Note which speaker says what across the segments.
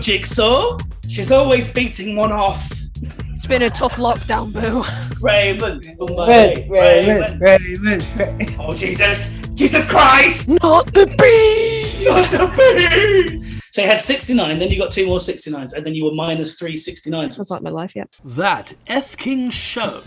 Speaker 1: Jigsaw. She's always beating one off.
Speaker 2: It's been a tough lockdown, Boo.
Speaker 1: Raymond.
Speaker 3: Red,
Speaker 1: Raymond. Raymond.
Speaker 3: red, red, red, red.
Speaker 1: Oh, Jesus. Jesus Christ.
Speaker 2: Not the bees!
Speaker 1: Not the bees. So you had 69, then you got two more 69s, and then you were minus three 69s.
Speaker 2: Sounds like my life, yeah.
Speaker 1: That F King show.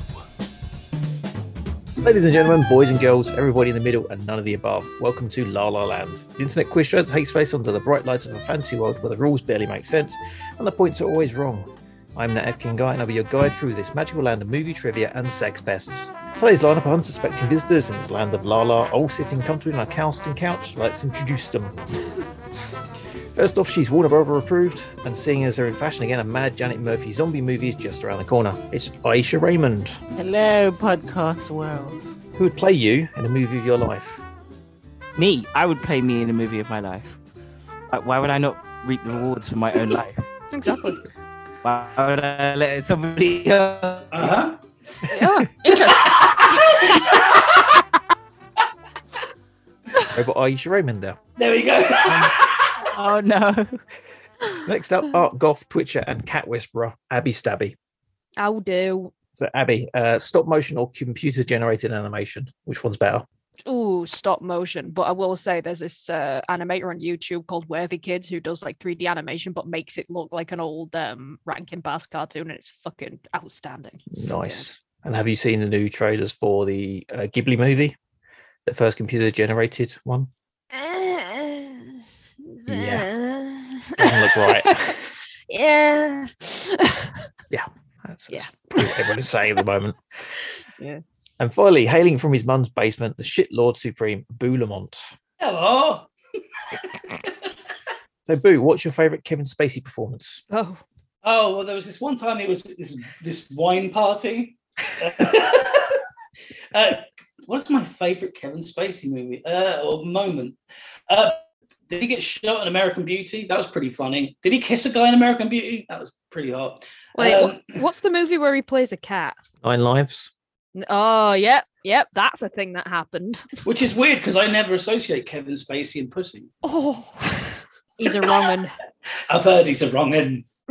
Speaker 4: Ladies and gentlemen, boys and girls, everybody in the middle and none of the above, welcome to La La Land, the internet quiz show that takes place under the bright lights of a fancy world where the rules barely make sense and the points are always wrong. I'm that F King guy and I'll be your guide through this magical land of movie trivia and sex pests. Today's lineup are unsuspecting visitors in this land of La La, all sitting comfortably on a Calston couch. Let's introduce them. First off, she's Warner Brother approved, and seeing as they're in fashion again, a mad Janet Murphy zombie movie is just around the corner. It's Aisha Raymond
Speaker 5: Hello, podcast world.
Speaker 4: who would play you in a movie of your life?
Speaker 5: Me, I would play me in a movie of my life. Like, why would I not reap the rewards for my own life?
Speaker 2: Exactly.
Speaker 5: Why would I let somebody else?
Speaker 1: Uh
Speaker 2: Yeah. Interesting.
Speaker 1: huh.
Speaker 4: Robot Aisha Raymond there.
Speaker 1: there we go.
Speaker 5: Oh no!
Speaker 4: Next
Speaker 2: Hmm.
Speaker 4: up, Art Goff, Twitcher, and Cat Whisperer, Abby Stabby.
Speaker 2: I'll do.
Speaker 4: So, Abby, uh, stop motion or computer generated animation? Which one's better?
Speaker 2: Ooh, stop motion. But I will say there's this uh, animator on YouTube called Worthy Kids who does like 3D animation but makes it look like an old um, Rankin Bass cartoon and it's fucking outstanding. So good.
Speaker 4: Nice. And have you seen the new trailers for the uh, Ghibli movie? The first computer generated one?
Speaker 2: Yeah.
Speaker 4: Doesn't look right.
Speaker 2: yeah.
Speaker 4: That's,
Speaker 2: Yeah.
Speaker 4: that's pretty what everyone is saying at the moment.
Speaker 2: Yeah.
Speaker 4: And finally, hailing from his mum's basement, the shit lord supreme, Boo Lamont.
Speaker 1: Hello.
Speaker 4: So, Boo, what's your favourite Kevin Spacey performance?
Speaker 2: oh,
Speaker 1: Oh well, there was this one time it was this this wine party. uh, what's my favorite Kevin Spacey movie uh, or moment? Uh, did he get shot in American Beauty? That was pretty funny. Did he kiss a guy in American Beauty? That was pretty hot.
Speaker 2: wait,
Speaker 4: Uh,
Speaker 1: Um,
Speaker 2: what- what's the movie where he plays a cat?
Speaker 4: Nine Lives.
Speaker 2: N- Oh, yep, yep, that's a thing that happened.
Speaker 1: which is weird because I never associate Kevin Spacey and pussy.
Speaker 2: Oh, he's a wrong
Speaker 1: I've heard he's a wrong end.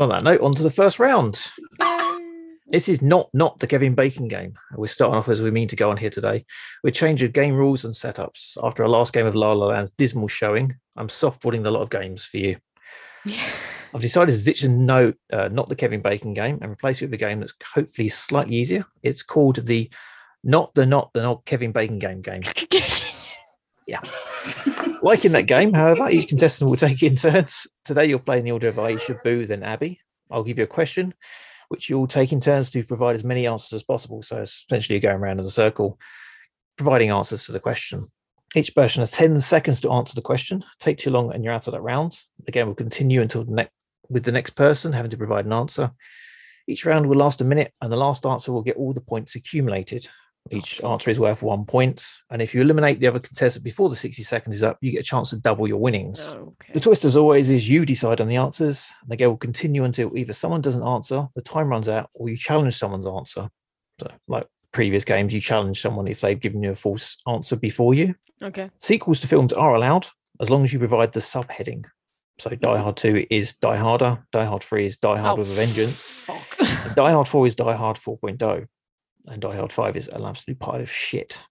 Speaker 4: On that note, on to the first round.
Speaker 2: one.
Speaker 4: This is not not the Kevin Bacon game. We're starting off as we mean to go on here today. We're changing game rules and setups. After our last game of La La Land's dismal showing, I'm softballing a lot of games for you. I've decided to ditch the no, uh, not the Kevin Bacon game, and replace it with a game that's hopefully slightly easier. It's called the not the not the not Kevin Bacon game game. Like in that game, however, each contestant will take it in turns. Today, you'll play in the order of Aisha, Boo, then Abby. I'll give you a question, which you'll take in turns to provide as many answers as possible. So it's essentially, you're going around in a circle, providing answers to the question. Each person has 10 seconds to answer the question. Take too long, and you're out of that round. The game will continue until the next with the next person having to provide an answer. Each round will last a minute, and the last answer will get all the points accumulated. Each answer is worth one point. And if you eliminate the other contestant before the 60 seconds is up, you get a chance to double your winnings.
Speaker 2: Oh,
Speaker 4: The
Speaker 2: okay.
Speaker 4: twist, as always, is you decide on the answers. and The game will continue until either someone doesn't answer, the time runs out, or you challenge someone's answer. So, like previous games, you challenge someone if they've given you a false answer before you.
Speaker 2: Okay.
Speaker 4: Sequels to films are allowed as long as you provide the subheading. So, Die Hard 2 is Die Harder, Die Hard 3 is Die Hard
Speaker 2: Oh,
Speaker 4: with a Vengeance,
Speaker 2: Fuck.
Speaker 4: and Die Hard 4 is Die Hard 4.0, and Die Hard 5 is an absolute pile of shit.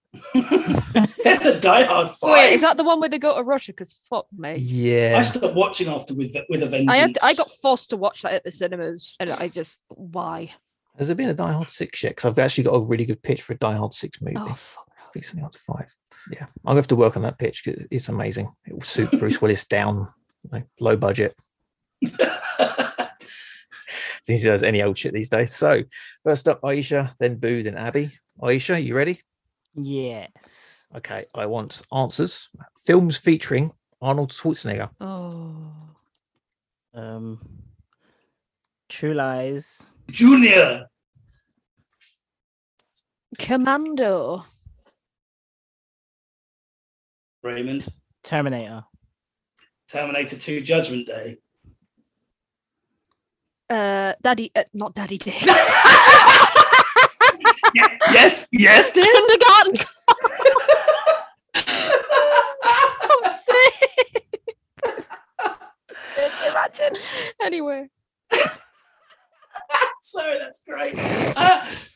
Speaker 1: That's a diehard fight.
Speaker 2: Wait, is that the one where they go to Russia? Because fuck me.
Speaker 1: I
Speaker 4: Yeah.
Speaker 1: stopped watching after with with a vengeance.
Speaker 2: I had I got forced to watch that at the cinemas, and I just why?
Speaker 4: Has there been a Die Hard 6 yet? Because I've actually got a really good pitch for a Die Hard 6 movie.
Speaker 2: Oh fuck.
Speaker 4: I think something out of five. Yeah, I'm gonna have to work on that pitch 'cause it's amazing. It will suit Bruce Willis down, you know, low budget. Since he does any old shit these days. So first up, Aisha, then Boo, then Abby. Aisha, you ready?
Speaker 5: Yes.
Speaker 4: Okay, I want answers. Films featuring Arnold Schwarzenegger.
Speaker 2: Oh.
Speaker 5: Um. True Lies.
Speaker 1: Junior.
Speaker 2: Commando.
Speaker 1: Raymond.
Speaker 5: Terminator.
Speaker 1: Terminator 2 Judgment Day.
Speaker 2: Uh, Daddy. Uh, not Daddy Dick.
Speaker 1: Ye- yes, yes, dear.
Speaker 2: Kindergarten. Cop. Fuck's sake.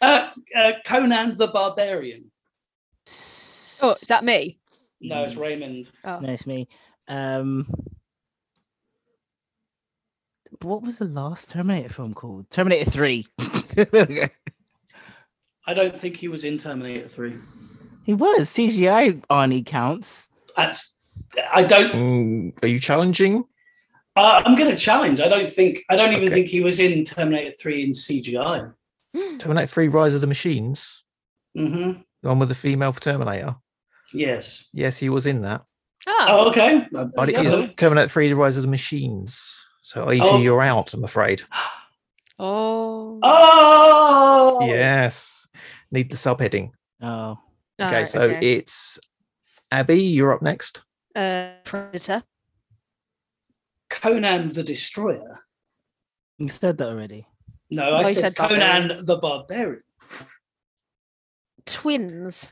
Speaker 1: Uh, Conan the Barbarian.
Speaker 2: Oh, is that me?
Speaker 1: No, it's Raymond.
Speaker 5: No, it's me. Um, what was the last Terminator film called? Terminator 3. there we go.
Speaker 1: I don't think he was in Terminator 3.
Speaker 5: He was. CGI Arnie counts.
Speaker 1: That's. I don't.
Speaker 4: Mm, are you challenging?
Speaker 1: Uh, I'm going to challenge. I don't think. I don't even
Speaker 4: Okay.
Speaker 1: think he was in Terminator 3 in CGI.
Speaker 4: Terminator 3 Rise of the Machines?
Speaker 1: Mm-hmm.
Speaker 4: The one with the female Terminator?
Speaker 1: Yes.
Speaker 4: Yes, he was in that.
Speaker 2: Oh,
Speaker 1: Oh, okay. I-
Speaker 4: But it
Speaker 1: I
Speaker 4: is
Speaker 1: don't-
Speaker 4: Terminator 3 The Rise of the Machines. So Aisha,
Speaker 1: Oh.
Speaker 4: you're out, I'm afraid.
Speaker 2: oh.
Speaker 1: Oh.
Speaker 4: Yes. Need the subheading.
Speaker 5: Oh.
Speaker 4: Okay,
Speaker 2: Alright,
Speaker 4: so
Speaker 2: okay.
Speaker 4: it's Abby, you're up next.
Speaker 2: uh, predator.
Speaker 1: Conan the Destroyer.
Speaker 5: You said that already.
Speaker 1: No, I,
Speaker 2: Oh, you
Speaker 1: said,
Speaker 2: said
Speaker 1: Conan
Speaker 2: Barbarian.
Speaker 1: the Barbarian.
Speaker 2: Twins.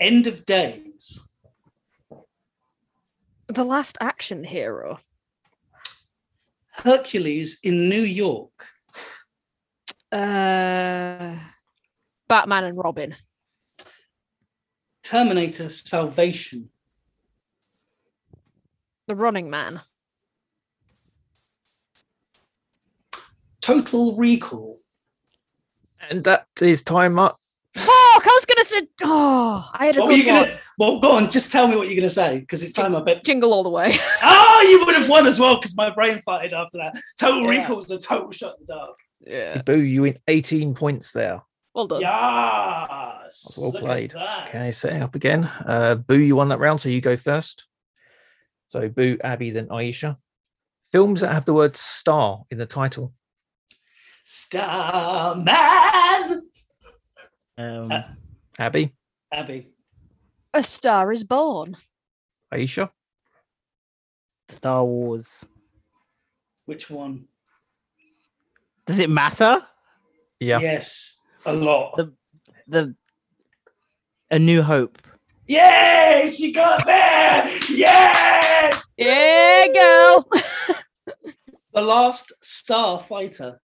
Speaker 1: End of Days.
Speaker 2: The last action hero.
Speaker 1: Hercules in New York.
Speaker 2: Uh, Batman and Robin.
Speaker 1: Terminator Salvation.
Speaker 2: The Running Man.
Speaker 1: Total Recall.
Speaker 4: And that is time up.
Speaker 2: Fuck! I was gonna say. Oh, I had a
Speaker 1: What were
Speaker 2: good
Speaker 1: you
Speaker 2: one.
Speaker 1: gonna? Well, go on. Just tell me what you're gonna say because it's time. I bet.
Speaker 2: Jingle all the way.
Speaker 1: Oh, you would have won as well because my brain farted after that. Total
Speaker 2: Yeah.
Speaker 1: Recall was a total shot in the dark.
Speaker 2: yeah.
Speaker 4: Boo, you win 18 points there.
Speaker 2: Well done.
Speaker 1: Yes.
Speaker 4: well
Speaker 1: Look at
Speaker 4: played.
Speaker 1: that.
Speaker 4: Okay, setting up again. Uh, Boo, you won that round, so you go first. So Boo, Abby, then Aisha. Films that have the word star in the title.
Speaker 1: Starman.
Speaker 5: Um,
Speaker 1: Uh,
Speaker 4: Abby,
Speaker 1: Abby.
Speaker 2: A Star is Born.
Speaker 4: Aisha,
Speaker 5: Star Wars.
Speaker 1: Which one?
Speaker 5: Does it matter?
Speaker 4: Yeah.
Speaker 1: Yes. A lot.
Speaker 5: The- The A New Hope.
Speaker 1: Yay! She got there. Yes.
Speaker 2: Yeah, girl.
Speaker 1: The last Starfighter.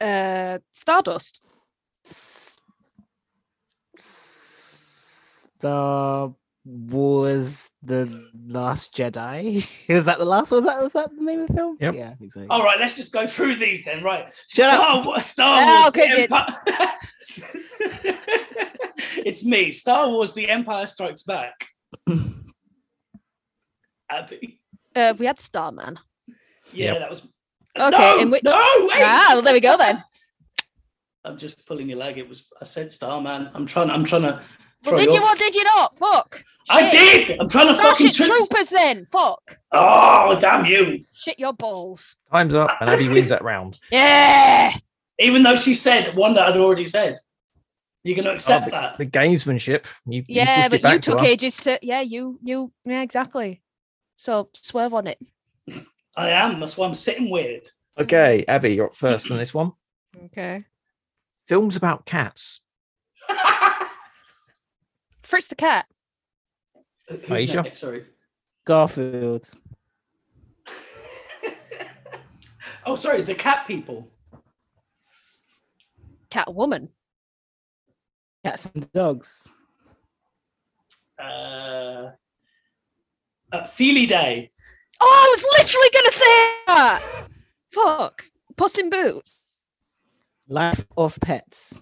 Speaker 2: Uh, Stardust.
Speaker 5: S- s- Star Wars The Last Jedi. Was that the last was that was that the name of the film?
Speaker 4: Yep.
Speaker 5: Yeah, I think so.
Speaker 1: All right, let's just go through these then. Right,
Speaker 5: Shut up.
Speaker 1: Star, Wa- Star
Speaker 2: Oh,
Speaker 1: Wars.
Speaker 2: okay,
Speaker 1: the
Speaker 2: good.
Speaker 1: Empire- it's me, Star Wars: The Empire Strikes Back. Abby,
Speaker 2: Uh, we had Starman.
Speaker 1: yeah,
Speaker 4: Yep.
Speaker 1: that was
Speaker 2: Okay,
Speaker 1: No,
Speaker 2: in which-
Speaker 1: no, wait!
Speaker 2: Ah, well, there we go then.
Speaker 1: I'm just pulling your leg. It was I said Starman. I'm trying. I'm trying to.
Speaker 2: Well, did you or did you not? Fuck.
Speaker 1: I
Speaker 2: Shit.
Speaker 1: did. I'm trying to
Speaker 2: Smash
Speaker 1: fucking
Speaker 2: it,
Speaker 1: trip.
Speaker 2: troopers then. Fuck.
Speaker 1: Oh damn you!
Speaker 2: Shit your balls.
Speaker 4: time's up, and Abby wins that round.
Speaker 2: Yeah.
Speaker 1: Even though she said one that I'd already said, you're going to
Speaker 5: Oh,
Speaker 1: accept that.
Speaker 4: The gamesmanship. You, you
Speaker 2: Yeah,
Speaker 4: pushed it
Speaker 2: but you
Speaker 4: back to
Speaker 2: took
Speaker 4: her.
Speaker 2: ages to. Yeah, you, you, yeah, exactly. So swerve on it.
Speaker 1: I am. That's why I'm sitting weird.
Speaker 4: Okay, Abby, you're up first on this one.
Speaker 2: Okay.
Speaker 4: Films about cats.
Speaker 2: Fritz the cat.
Speaker 1: Who's
Speaker 4: Aisha?
Speaker 1: next? Sorry.
Speaker 5: Garfield.
Speaker 1: Oh, sorry, the cat people.
Speaker 2: Cat woman.
Speaker 5: Cats and dogs.
Speaker 1: Uh, uh, Feely Day.
Speaker 2: Oh, I was literally gonna say that. Fuck. Puss in Boots.
Speaker 5: Life of Pets.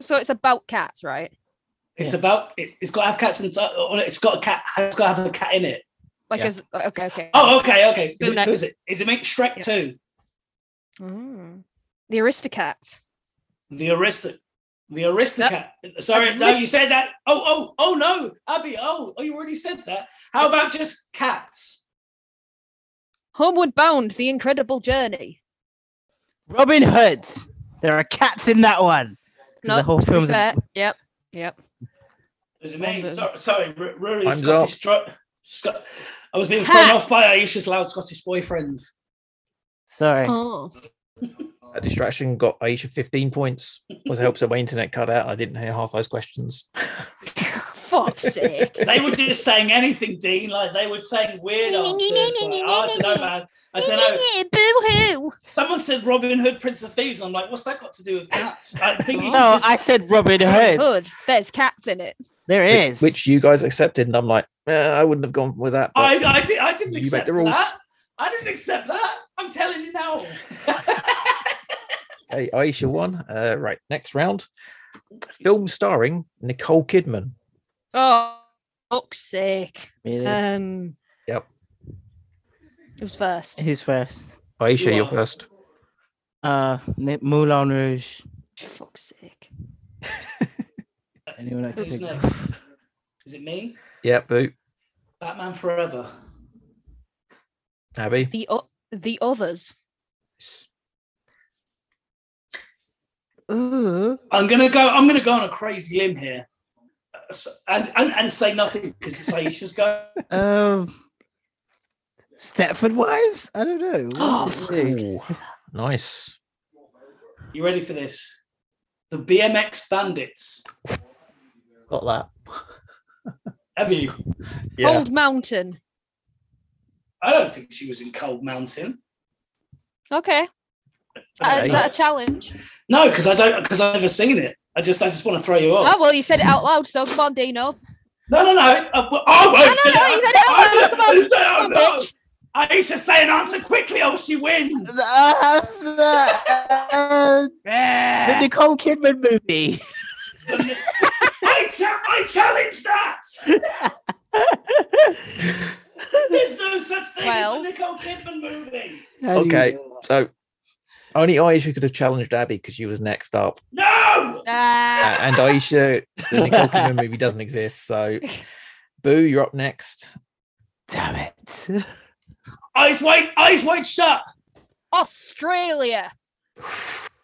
Speaker 2: So it's about cats, right?
Speaker 1: It's
Speaker 5: Yeah.
Speaker 1: about. It, it's got to have cats inside. oh, It's got a cat. It's got to have a cat in it.
Speaker 2: Like,
Speaker 4: Yeah.
Speaker 2: as okay, okay.
Speaker 1: Oh, okay, okay. Who,
Speaker 2: Who
Speaker 1: who is it? Is it make Shrek
Speaker 2: Yeah.
Speaker 1: Two?
Speaker 2: Mm. The Aristocats.
Speaker 1: The Aristoc. The Aristocrat. Sorry, no, you said that. Oh, oh, oh no, Abby. Oh, oh, you already said that. How about just cats?
Speaker 2: Homeward Bound, The Incredible Journey.
Speaker 5: Robin Hood. There are cats in that one. 'Cause
Speaker 2: No,
Speaker 5: the whole
Speaker 2: to be
Speaker 5: film's a-
Speaker 2: fair. Yep, yep.
Speaker 1: Is it me?
Speaker 2: London.
Speaker 1: Sorry, sorry, R- Rory
Speaker 4: Time's
Speaker 1: Scottish. Dro- Scot- I was being
Speaker 2: Cat.
Speaker 1: thrown off by Aisha's loud Scottish boyfriend.
Speaker 5: Sorry.
Speaker 2: Oh,
Speaker 4: That distraction got Aisha 15 points. Was helps that my internet cut out. I didn't hear half those questions.
Speaker 2: fuck's sake.
Speaker 1: They were just saying anything, Dean. Like they were saying weird answers. Like, oh, I don't know, man. I don't know.
Speaker 2: Boo hoo.
Speaker 1: Someone said Robin Hood, Prince of Thieves, and I'm like, what's that got to do with cats? I think you should
Speaker 5: No,
Speaker 1: just
Speaker 5: I said Robin Hood.
Speaker 2: Hood. There's cats in it.
Speaker 5: There
Speaker 4: Which-
Speaker 5: is.
Speaker 4: Which you guys accepted, and I'm like, eh, I wouldn't have gone with that. but
Speaker 1: I, I, did, I didn't
Speaker 4: You make
Speaker 1: accept
Speaker 4: the rules.
Speaker 1: that. I didn't accept that. I'm telling you now.
Speaker 4: okay, Aisha won. Uh, right, next round. Film starring Nicole Kidman.
Speaker 2: Oh, fuck's sake.
Speaker 5: Really?
Speaker 2: Um.
Speaker 4: Yep.
Speaker 2: It was first.
Speaker 5: Who's first?
Speaker 4: Aisha,
Speaker 1: You
Speaker 4: you're
Speaker 1: are.
Speaker 4: first.
Speaker 5: Uh, Ni- Moulin Rouge.
Speaker 2: Fuck's sake.
Speaker 5: Anyone I can
Speaker 1: Who's
Speaker 5: think of?
Speaker 1: next? Is it me?
Speaker 4: Yeah, boot.
Speaker 1: Batman Forever.
Speaker 4: Abby.
Speaker 2: The o- the others.
Speaker 5: Ooh.
Speaker 1: I'm gonna go. I'm gonna go on a crazy limb here, Uh, so- and and, and say nothing because it's Aisha's go.
Speaker 5: Um, Stepford Wives? I don't know.
Speaker 2: Oh,
Speaker 5: What
Speaker 2: fuck,
Speaker 5: do you think?
Speaker 4: Ooh, nice.
Speaker 1: You ready for this? The BMX Bandits.
Speaker 4: Got that.
Speaker 1: Have you?
Speaker 4: Yeah.
Speaker 2: Old Mountain.
Speaker 1: I don't think she was in Cold Mountain.
Speaker 2: Okay. Uh, is
Speaker 4: Okay.
Speaker 2: that a challenge?
Speaker 1: No, because I don't. Because I've never seen it. I just. I just want to throw you off.
Speaker 2: Oh well, you said it out loud, so come on, Dino.
Speaker 1: No, no, no. it- uh, well, oh, well,
Speaker 2: No, no, no, you said it.
Speaker 1: I
Speaker 2: Come on,
Speaker 1: don't-
Speaker 2: Come on,
Speaker 1: no, no.
Speaker 2: bitch.
Speaker 1: Aisha, say an answer quickly, or she wins.
Speaker 5: Uh, uh, the Nicole Kidman movie.
Speaker 1: I, cha- I challenge that. There's no such thing
Speaker 2: Well.
Speaker 1: as the Nicole Kidman movie.
Speaker 5: How do you
Speaker 4: Okay.
Speaker 5: know
Speaker 4: So only Aisha could have challenged Abby because she was next up.
Speaker 2: Uh,
Speaker 1: No.
Speaker 4: A-
Speaker 2: Nah.
Speaker 4: and Aisha, the Nicole Kidman movie doesn't exist. So Boo, you're up next.
Speaker 5: that? Damn it.
Speaker 1: Eyes wide, eyes wide shut.
Speaker 2: Australia.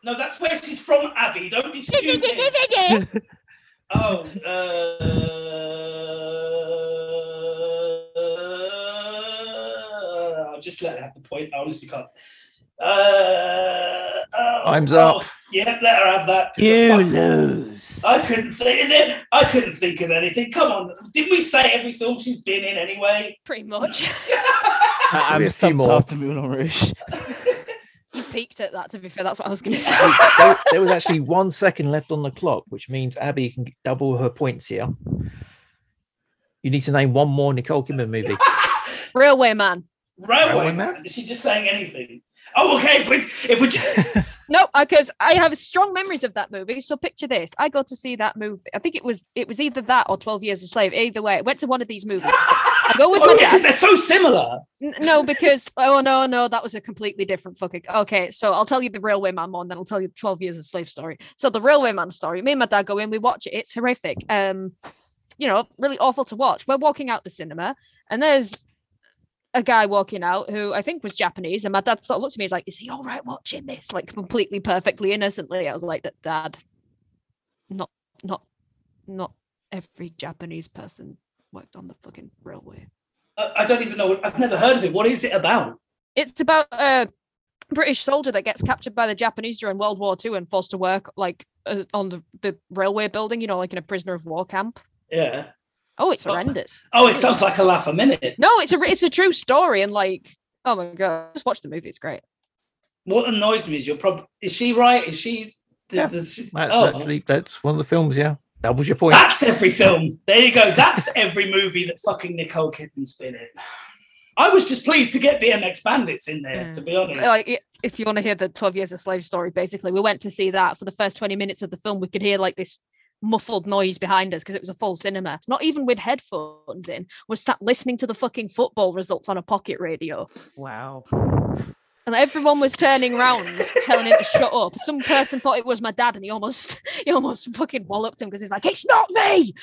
Speaker 1: No, that's where she's from, Abby. Don't be stupid. oh, uh, I'll just let her have the point. I honestly can't. Uh, oh,
Speaker 4: Time's up.
Speaker 1: oh, yeah, let her have that.
Speaker 5: You
Speaker 1: Fuck.
Speaker 5: lose.
Speaker 1: I couldn't think. I couldn't think of anything. Come on, didn't we say every film she's been in anyway?
Speaker 2: Pretty much.
Speaker 5: I-
Speaker 4: Give me a
Speaker 5: I'm
Speaker 4: few
Speaker 5: stumped
Speaker 4: more.
Speaker 5: after Moulin Rouge.
Speaker 2: You peaked at that. To be fair, that's what I was going to say.
Speaker 4: Wait, there, there was actually one second left on the clock, which means Abby can g- double her points here. You need to name one more Nicole Kidman movie.
Speaker 2: Railway man.
Speaker 1: Railway
Speaker 4: Railway
Speaker 1: man.
Speaker 4: Man?
Speaker 1: Is she just saying anything? Oh, okay. If we, if we, ju-
Speaker 2: No, because I have strong memories of that movie. So picture this: I got to see that movie. I think it was it was either that or Twelve Years a Slave. Either way, I went to one of these movies. I go with
Speaker 1: oh
Speaker 2: my
Speaker 1: yeah,
Speaker 2: dad.
Speaker 1: because they're so similar.
Speaker 2: N- No, because oh no, no, that was a completely different fucking. Okay, so I'll tell you the Railway Man one, then I'll tell you the Twelve Years of Slave story. So the Railway Man story, me and my dad go in, we watch it. It's horrific. Um, you know, really awful to watch. We're walking out the cinema, and there's a guy walking out who I think was Japanese, and my dad sort of looked at me. He's like, "Is he all right watching this?" Like completely, perfectly innocently. I was like, "That dad, not, not, not every Japanese person worked on the fucking railway."
Speaker 1: I, I don't even know. what- I've never heard of it. What is it about?
Speaker 2: it's about a British soldier that gets captured by the Japanese during World War II and forced to work like uh, on the, the railway building, you know, like in a prisoner of war camp.
Speaker 1: Yeah.
Speaker 2: Oh, it's
Speaker 1: Oh.
Speaker 2: horrendous.
Speaker 1: Oh, it sounds like a laugh a minute.
Speaker 2: No, it's a it's a true story and like oh my god, just watch the movie. It's great.
Speaker 1: What annoys me is you're probably. Is she right? Is she? does-
Speaker 4: Yeah,
Speaker 1: does she-
Speaker 4: That's
Speaker 1: oh, Ah!
Speaker 4: actually that's one of the films. Yeah, doubles your point.
Speaker 1: that's every film. There you go. That's every movie that fucking Nicole Kidman's been in. I was just pleased to get BMX Bandits in there,
Speaker 2: Yeah.
Speaker 1: to be honest.
Speaker 2: Like i- if you want to hear the Twelve Years a Slave story, basically we went to see that for the first twenty minutes of the film. We could hear like this muffled noise behind us because it was a full cinema. Not even with headphones in, was sat listening to the fucking football results on a pocket radio.
Speaker 5: Wow.
Speaker 2: And everyone was turning round, telling him to shut up. Some person thought it was my dad, and he almost, he almost fucking walloped him because he's like, "It's not me."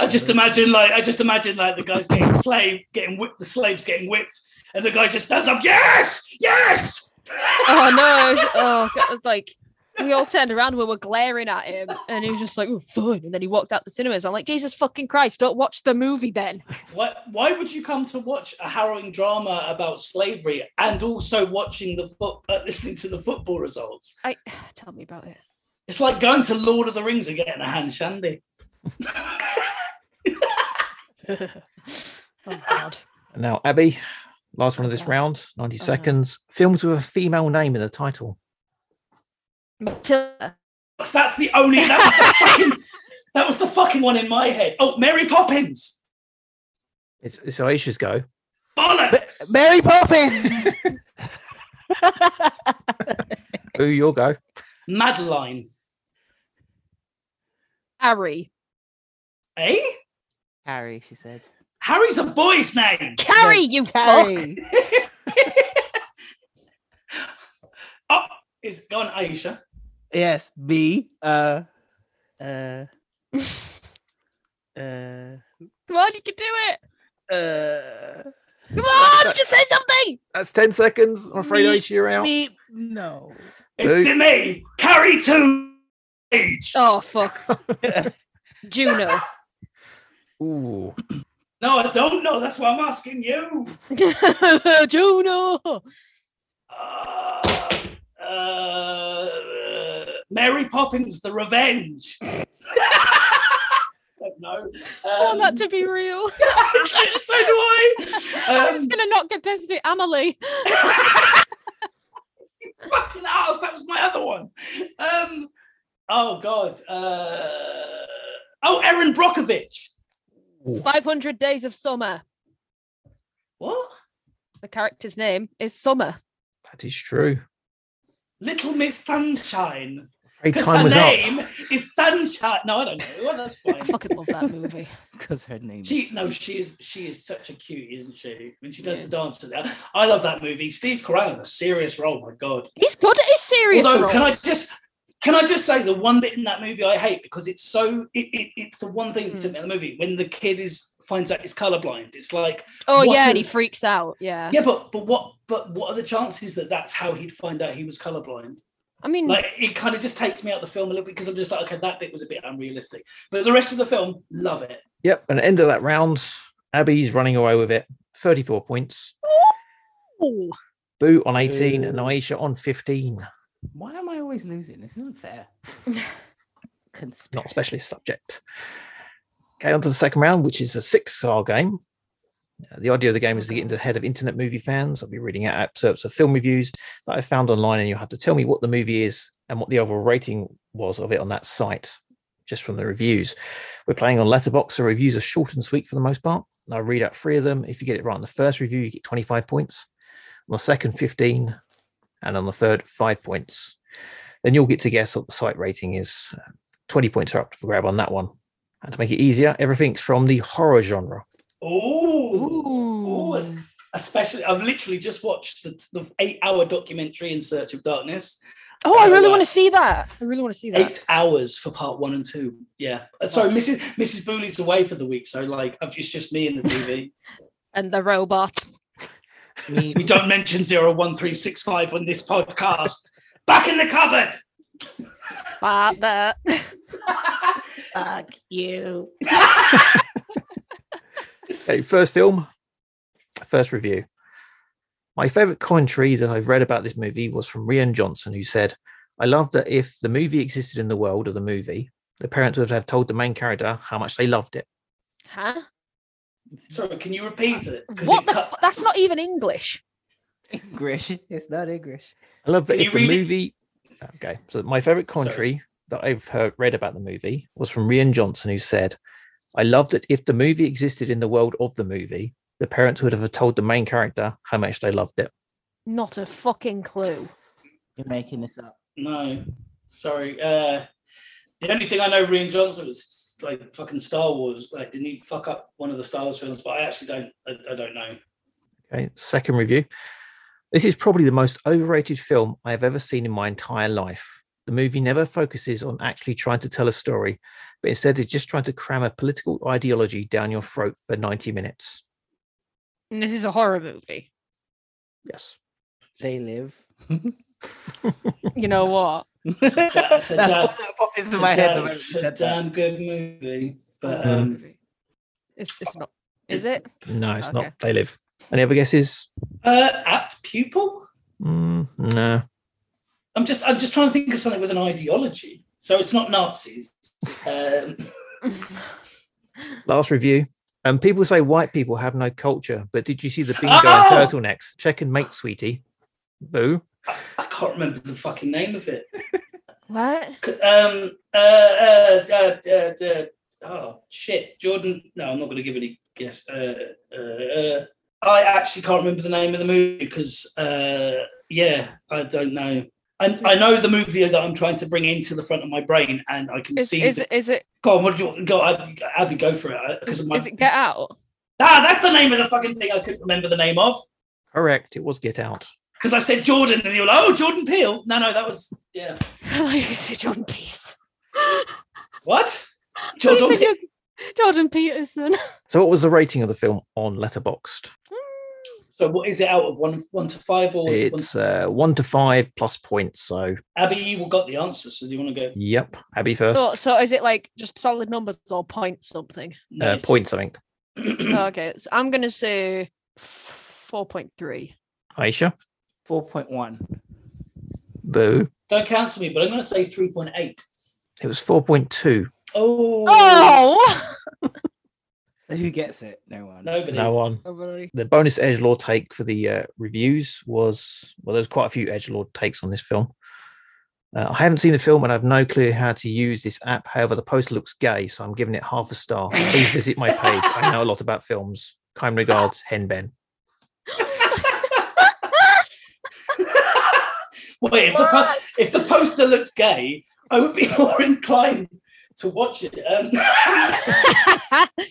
Speaker 1: I just imagine like I just imagine like the guys getting slave getting whipped, the slaves getting whipped, and the guy just stands up, yes, yes.
Speaker 2: Oh no! it's- Oh, God, it's like we all turned around, we were glaring at him, and he was just like, "Oh, fine." And then he walked out the cinemas. I'm like, "Jesus fucking Christ! Don't watch the movie then."
Speaker 1: Why, why would you come to watch a harrowing drama about slavery and also watching the foot, uh, listening to the football results?
Speaker 2: I tell me about it.
Speaker 1: It's like going to Lord of the Rings and getting a hand shandy.
Speaker 2: oh god.
Speaker 4: And now, Abby, last one of this
Speaker 2: Okay.
Speaker 4: round, 90
Speaker 2: Okay.
Speaker 4: seconds. Films with a female name in the title.
Speaker 2: Matilda.
Speaker 1: That's, that's the only. That was the fucking. That was the fucking one in my head. Oh, Mary Poppins.
Speaker 4: It's, it's Aisha's go.
Speaker 1: Bollocks.
Speaker 5: Mary Poppins.
Speaker 4: Ooh, your go.
Speaker 1: Madeline.
Speaker 2: Harry.
Speaker 1: Eh?
Speaker 5: Harry, she said.
Speaker 1: Harry's a boy's name.
Speaker 2: Carrie, you fuck.
Speaker 5: Harry.
Speaker 1: Up is go on, Aisha.
Speaker 5: Yes, B. Uh, uh, uh,
Speaker 2: Come on, you can do it.
Speaker 5: uh.
Speaker 2: Come on, just say something.
Speaker 4: That's 10 seconds. I'm afraid,
Speaker 5: Me-
Speaker 4: Aisha, you're out.
Speaker 5: Me, no.
Speaker 1: It's
Speaker 4: Who?
Speaker 1: to me. Carry two. Age.
Speaker 2: Oh fuck. Juno.
Speaker 4: Ooh.
Speaker 1: No, I don't know. That's why I'm asking you.
Speaker 2: Juno.
Speaker 1: Uh, uh, Mary Poppins, The Revenge. don't know. Um,
Speaker 2: I want Oh, that to be real.
Speaker 1: so do I.
Speaker 2: I was
Speaker 1: Um,
Speaker 2: gonna not get tested, Emily.
Speaker 1: You fucking ass. That was my other one. Um, oh God. Uh, oh, Erin Brockovich.
Speaker 4: Ooh.
Speaker 2: Five hundred days of summer.
Speaker 1: What?
Speaker 2: The character's name is Summer.
Speaker 4: That is true.
Speaker 1: Little Miss Sunshine.
Speaker 4: Afraid
Speaker 1: Because
Speaker 4: time
Speaker 1: her
Speaker 4: was
Speaker 1: name
Speaker 4: up.
Speaker 1: is Sunshine. No, I don't know. Well, that's
Speaker 2: I
Speaker 1: fine.
Speaker 2: fucking love that movie.
Speaker 5: Because her name.
Speaker 1: She
Speaker 5: is
Speaker 1: no,
Speaker 5: Sweet.
Speaker 1: she is she is such a cutie, isn't she? When she does
Speaker 2: Yeah.
Speaker 1: the dance to that, I love that movie. Steve Carell in a serious role. My God.
Speaker 2: He's good at his serious
Speaker 1: Although, can I
Speaker 2: roles.
Speaker 1: just can I just say the one bit in that movie I hate because it's so it, it it's the one thing
Speaker 2: Hmm.
Speaker 1: that took me out of the movie when the kid is finds out he's colorblind. It's like
Speaker 2: Oh
Speaker 1: What's
Speaker 2: yeah,
Speaker 1: in-
Speaker 2: and he freaks out. Yeah.
Speaker 1: yeah, but but what but what are the chances that that's how he'd find out he was colorblind?
Speaker 2: I mean,
Speaker 1: Like it kind of just takes me out of the film a little bit because I'm just like okay that bit was a bit unrealistic, but the rest of the film love it.
Speaker 4: Yep. And end of that round, Abby's running away with it. 34 points.
Speaker 2: oh,
Speaker 4: Boo on 18 and
Speaker 5: Ooh.
Speaker 4: Aisha on 15.
Speaker 5: Why am I always losing? This isn't fair. Conspiracy.
Speaker 4: Not a specialist subject. Okay, on to the second round, which is a six star game. Uh, The idea of the game is to get into the head of internet movie fans. I'll be reading out excerpts of film reviews that I found online, and you'll have to tell me what the movie is and what the overall rating was of it on that site, just from the reviews. We're playing on Letterboxd, so reviews are short and sweet for the most part. I'll read out three of them. If you get it right on the first review, you get 25 points, on the second, 15, and on the third, five points. Then you'll get to guess what the site rating is. 20 points are up for grab on that one. And to make it easier, everything's from the horror genre.
Speaker 1: Oh,
Speaker 2: Ooh.
Speaker 1: it's- especially I've literally just watched the, the eight hour documentary in Search of Darkness.
Speaker 2: Oh, I
Speaker 1: so,
Speaker 2: really
Speaker 1: uh,
Speaker 2: want to see that. I really want to see that.
Speaker 1: Eight hours for part one and two. Yeah. Uh, Sorry, Mrs. Mrs. Booley's away for the week, so like I've- it's just me and the TV.
Speaker 2: And the robot.
Speaker 5: Me-
Speaker 1: we don't mention zero one three six five on this podcast. Back in the cupboard.
Speaker 2: Ah, there.
Speaker 5: Fuck you.
Speaker 4: Okay, first film, first review. My favorite commentary that I've read about this movie was from Rian Johnson, who said, I love that if the movie existed in the world of the movie, the parents would have told the main character how much they loved it.
Speaker 2: Huh?
Speaker 1: Sorry, can you repeat it? 'Cause
Speaker 2: What
Speaker 1: it
Speaker 2: the?
Speaker 1: cut-
Speaker 2: Fu- that's not even English.
Speaker 5: English. It's not English.
Speaker 4: I love that
Speaker 1: Can
Speaker 4: if
Speaker 1: you
Speaker 4: the
Speaker 1: read it?
Speaker 4: movie. Okay, so my favorite commentary that I've heard, read about the movie was from Rian Johnson, who said, "I love that if the movie existed in the world of the movie, the parents would have told the main character how much they loved it."
Speaker 2: Not a fucking clue.
Speaker 5: You're making this up.
Speaker 1: No, sorry. Uh, the only thing I know Rian Johnson was like fucking Star Wars. Like, didn't he fuck up one of the Star Wars films? But I actually don't. I, I don't know.
Speaker 4: Okay, second review. This is probably the most overrated film I have ever seen in my entire life. The movie never focuses on actually trying to tell a story, but instead is just trying to cram a political ideology down your throat for 90 minutes.
Speaker 2: And this is a horror movie.
Speaker 4: Yes.
Speaker 5: They live.
Speaker 2: You know what?
Speaker 5: That's
Speaker 1: a da-
Speaker 5: what
Speaker 1: it's a da-
Speaker 5: that popped into my head. the
Speaker 1: damn, a
Speaker 5: moment you said that. Mm-hmm.
Speaker 1: damn good movie. But
Speaker 4: Mm.
Speaker 1: um, uh,
Speaker 2: It's, it's not. Is it?
Speaker 4: No, it's
Speaker 2: Okay.
Speaker 4: not. They live. Any other guesses?
Speaker 1: uh, apt pupil.
Speaker 4: Mm, no.
Speaker 1: I'm just I'm just trying to think of something with an ideology. So it's not Nazis. Um,
Speaker 4: Last review. Um, people say white people have no culture, but did you see the bingo
Speaker 1: Oh!
Speaker 4: and turtlenecks? Check and mate, sweetie. Boo.
Speaker 1: I can't remember the fucking name of it.
Speaker 2: what?
Speaker 1: C- Um, uh, uh, uh, uh, uh, oh shit, Jordan. No, I'm not going to give any guess. Uh, uh, uh, I actually can't remember the name of the movie because, uh, yeah, I don't know. I, I know the movie that I'm trying to bring into the front of my brain, and I can
Speaker 2: Is,
Speaker 1: see.
Speaker 2: is
Speaker 1: the-
Speaker 2: it is it
Speaker 1: Go on, what do you go? Abby, Abby go for it because of my.
Speaker 2: is it Get Out?
Speaker 1: ah, that's the name of the fucking thing I couldn't remember the name of
Speaker 4: Correct. It was Get Out.
Speaker 1: because I said Jordan, and you were like, "Oh, Jordan Peele." No, no, that was yeah.
Speaker 2: you said Jordan Peterson.
Speaker 1: What?
Speaker 2: Jordan,
Speaker 1: Jordan Peele.
Speaker 2: Jordan Peterson.
Speaker 4: So, what was the rating of the film on Letterboxd?
Speaker 1: So what is it out of one one to five or is it one
Speaker 4: It's
Speaker 1: to-
Speaker 4: uh, one to five plus points. So,
Speaker 1: Abby, you got the answer, so do you want to go?
Speaker 4: yep. Abby first.
Speaker 2: Oh, so is it like just solid numbers or point something?
Speaker 1: No,
Speaker 4: Uh,
Speaker 1: it's-
Speaker 4: point something.
Speaker 1: Oh,
Speaker 2: okay, so I'm gonna say four point three.
Speaker 4: Aisha.
Speaker 5: Four point one.
Speaker 4: Boo.
Speaker 1: Don't cancel me, but I'm going to say three point eight.
Speaker 4: It was 4.2.
Speaker 1: Oh,
Speaker 2: Oh,
Speaker 5: Who gets it? No one.
Speaker 1: nobody.
Speaker 4: No one.
Speaker 2: Everybody.
Speaker 4: The bonus Edge Lord take for the uh, reviews was well, there's quite a few Edge Lord takes on this film. Uh, I haven't seen the film and I have no clue how to use this app. However, the post looks gay, so I'm giving it half a star. Please visit my page. I know a lot about films. Kind regards, Henben.
Speaker 1: Wait, if the, po-
Speaker 2: What?
Speaker 1: if the poster looked gay, I would be more inclined to watch it. Um,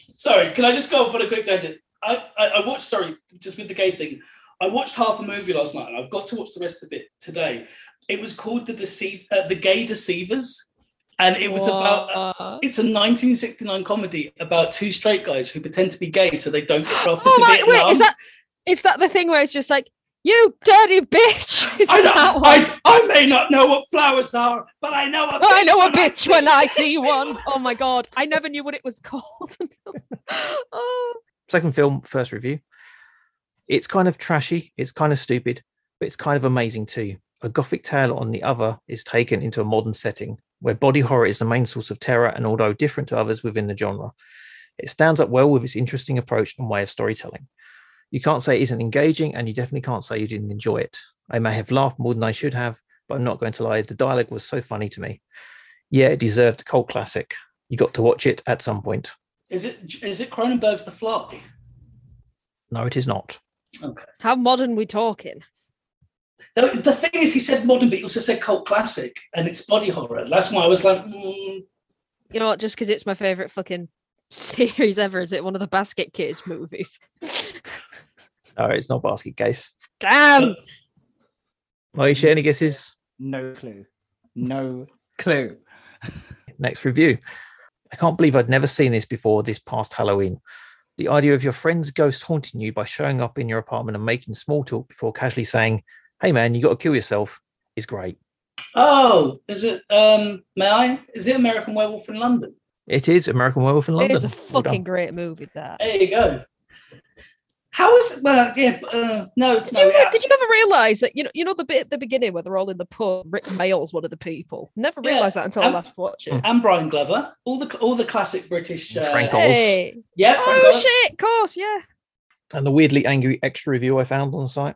Speaker 1: sorry, can I just go off on a quick tangent? I, I, I watched, sorry, just with the gay thing, I watched half a movie last night and I've got to watch the rest of it today. It was called The Deceive, uh, The Gay Deceivers, and it was about uh,
Speaker 2: What?
Speaker 1: It's a 1969 comedy about two straight guys who pretend to be gay so they don't get drafted
Speaker 2: Oh
Speaker 1: to
Speaker 2: my!
Speaker 1: Vietnam.
Speaker 2: Wait, is that is that the thing where it's just like you dirty bitch? Is
Speaker 1: I,
Speaker 2: it that
Speaker 1: don't-
Speaker 2: one?
Speaker 1: I, I may not know what flowers are, but I know a bitch.
Speaker 2: Oh, I know a
Speaker 1: when
Speaker 2: bitch
Speaker 1: see-
Speaker 2: when I see one. Oh my god, I never knew what it was called. oh,
Speaker 4: Second film, first review. It's kind of trashy, it's kind of stupid, but it's kind of amazing too. A gothic tale on the other is taken into a modern setting where body horror is the main source of terror and although different to others within the genre, it stands up well with its interesting approach and way of storytelling. You can't say it isn't engaging and you definitely can't say you didn't enjoy it. I may have laughed more than I should have, but I'm not going to lie, the dialogue was so funny to me. Yeah, it deserved a cult classic. You got to watch it at some point.
Speaker 1: Is it is it Cronenberg's The Fly?
Speaker 4: No, it is not.
Speaker 2: how modern we talking?
Speaker 1: The, the thing is, he said modern, but he also said cult classic, and it's body horror. That's why I was like, mm,
Speaker 2: You know what? Just because it's my favorite fucking series ever, is it one of the Basket Kids movies?
Speaker 4: No, it's not basket case.
Speaker 2: Damn.
Speaker 4: Are you share any guesses?
Speaker 5: No clue. No clue.
Speaker 4: Next review. I can't believe I'd never seen this before this past Halloween. The idea of your friend's ghost haunting you by showing up in your apartment and making small talk before casually saying, Hey man, you got to kill yourself is great.
Speaker 1: oh, is it? Um, may I? Is it American Werewolf in London?
Speaker 4: It is American Werewolf in
Speaker 2: It
Speaker 4: London.
Speaker 2: is a
Speaker 4: Well done.
Speaker 2: fucking great movie. That.
Speaker 1: There you go. How is it? Well, yeah, uh, no,
Speaker 2: Did
Speaker 1: no,
Speaker 2: you,
Speaker 1: yeah.
Speaker 2: did you ever realise that you know you know the bit at the beginning where they're all in the pub? Rick Mayall's one of the people. Never
Speaker 1: Yeah,
Speaker 2: realised that until I
Speaker 1: I'm-
Speaker 2: last watched it.
Speaker 4: Mm.
Speaker 1: and Brian Glover, all the all the classic British. Uh,
Speaker 4: Frank Oz.
Speaker 2: Hey.
Speaker 1: Yeah. Frank
Speaker 2: Oh
Speaker 1: Oz.
Speaker 2: shit! Of course, yeah.
Speaker 4: and the weirdly angry extra review I found on the site.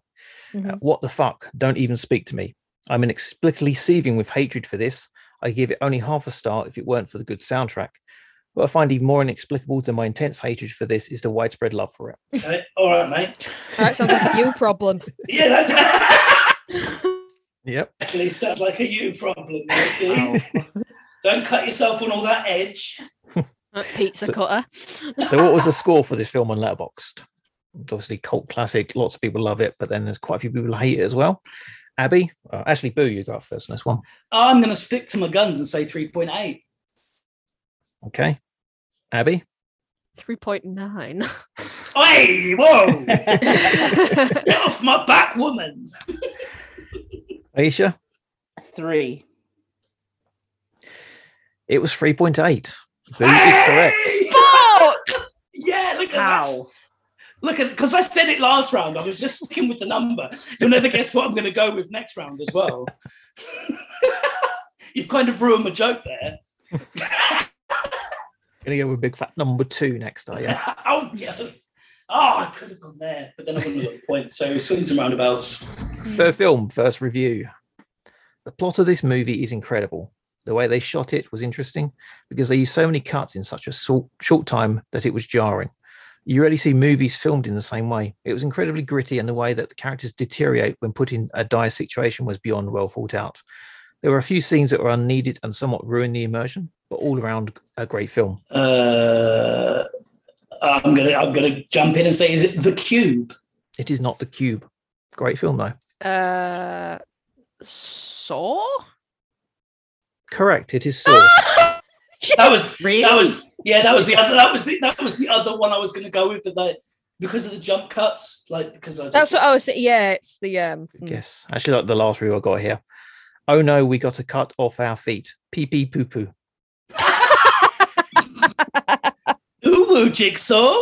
Speaker 4: uh,
Speaker 2: Mhm.
Speaker 4: what the fuck? Don't even speak to me. I'm inexplicably seething with hatred for this. I give it only half a star if it weren't for the good soundtrack. What I find even more inexplicable than my intense hatred for this is the widespread love for it.
Speaker 1: Okay, All right, mate.
Speaker 2: All right, sounds like a you problem.
Speaker 1: Yeah, that
Speaker 4: Yep.
Speaker 1: definitely sounds like a you problem. matey.
Speaker 5: Wow.
Speaker 1: Don't cut yourself on all that edge.
Speaker 2: Uh, Pizza
Speaker 4: So-
Speaker 2: cutter.
Speaker 4: So, what was the score for this film on Letterboxd? It's obviously cult classic. Lots of people love it, but then there's quite a few people who hate it as well. Abby, uh, actually, Boo, you go up first on this one.
Speaker 1: I'm going to stick to my guns and say 3.8.
Speaker 4: Okay. Abby.
Speaker 2: Three point nine.
Speaker 1: Hey, whoa!
Speaker 2: That's
Speaker 1: Get off my back, woman.
Speaker 4: Aisha.
Speaker 5: Three.
Speaker 4: It was 3.8. Boo is correct.
Speaker 1: Yeah, look at that.
Speaker 5: How?
Speaker 1: Look at because I said it last round. I was just sticking with the number. You'll never guess what I'm going to go with next round as well. You've kind of ruined my joke there.
Speaker 4: Gonna go with big fat number two next, are you?
Speaker 1: oh, yeah. Oh, I could have gone there, but then I wouldn't have got the point. So swings and roundabouts.
Speaker 2: Hmm.
Speaker 4: Third film, first review. The plot of this movie is incredible. The way they shot it was interesting because they used so many cuts in such a short, short time that it was jarring. You rarely see movies filmed in the same way. It was incredibly gritty, and the way that the characters deteriorate when put in a dire situation was beyond well thought out. There were a few scenes that were unneeded and somewhat ruined the immersion, but all around a great film.
Speaker 1: Uh, I'm gonna I'm gonna jump in and say, is it the cube?
Speaker 4: It is not The Cube. Great film, though.
Speaker 2: Uh, Saw?
Speaker 4: Correct. It is Saw.
Speaker 1: That was
Speaker 2: Really?
Speaker 1: that was yeah that was the other that was the that was the other one I was gonna go with, but like because of the jump cuts, like because I just,
Speaker 3: That's what I was. Yeah, it's the um.
Speaker 4: Good guess. Actually, like the last review I got here. Oh no, we got a cut off our feet. Pee pee poo poo.
Speaker 1: Uwu Jigsaw.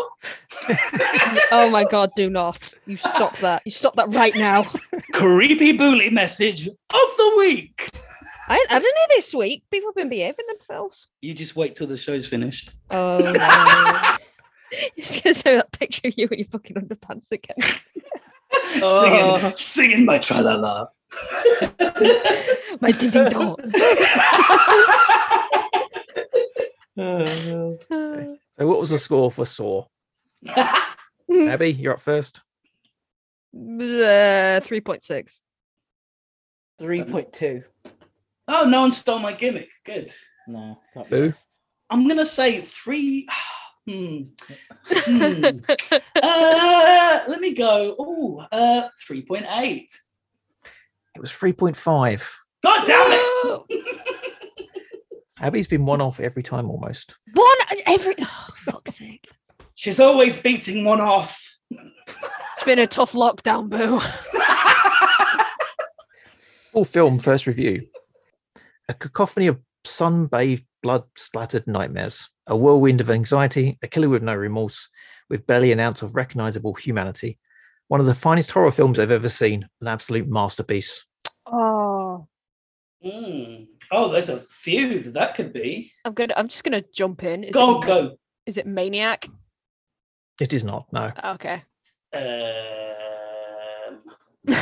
Speaker 3: Oh my god! Do not. You stop that. You stop that right now.
Speaker 1: Creepy bully message of the week.
Speaker 3: I, I don't know this week. People have been behaving themselves.
Speaker 1: You just wait till the show's finished.
Speaker 3: Oh no. Just gonna show that picture of you in your fucking underpants again. Oh.
Speaker 1: Singing, singing my tra la la.
Speaker 3: My ding ding dong.
Speaker 4: So, what was the score for Saw? Abby, you're up first.
Speaker 3: Uh, Three point six.
Speaker 5: Three point two.
Speaker 1: Oh, no one stole my gimmick. Good.
Speaker 5: No, not
Speaker 4: Who?
Speaker 5: best.
Speaker 1: I'm gonna say three. hmm. Hmm. Uh, let me go. Oh, uh, 3.8.
Speaker 4: It was 3.5.
Speaker 1: God damn it!
Speaker 4: Abby's been one off every time almost.
Speaker 3: One every. Oh, fuck's sake!
Speaker 1: She's always beating one off.
Speaker 3: It's been a tough lockdown, boo.
Speaker 1: Hmm.
Speaker 4: Full film, first review. A cacophony of sunbathed, blood splattered nightmares, a whirlwind of anxiety, a killer with no remorse, with barely an ounce of recognizable humanity. One of the finest horror films I've ever seen, an absolute masterpiece.
Speaker 3: Oh,
Speaker 1: Hmm. Oh, there's a few that could be.
Speaker 2: I'm gonna. I'm just gonna jump in. Is
Speaker 1: go,
Speaker 2: it,
Speaker 1: go.
Speaker 2: Is it Maniac? Oh,
Speaker 4: It is not, no.
Speaker 2: Okay.
Speaker 1: Um,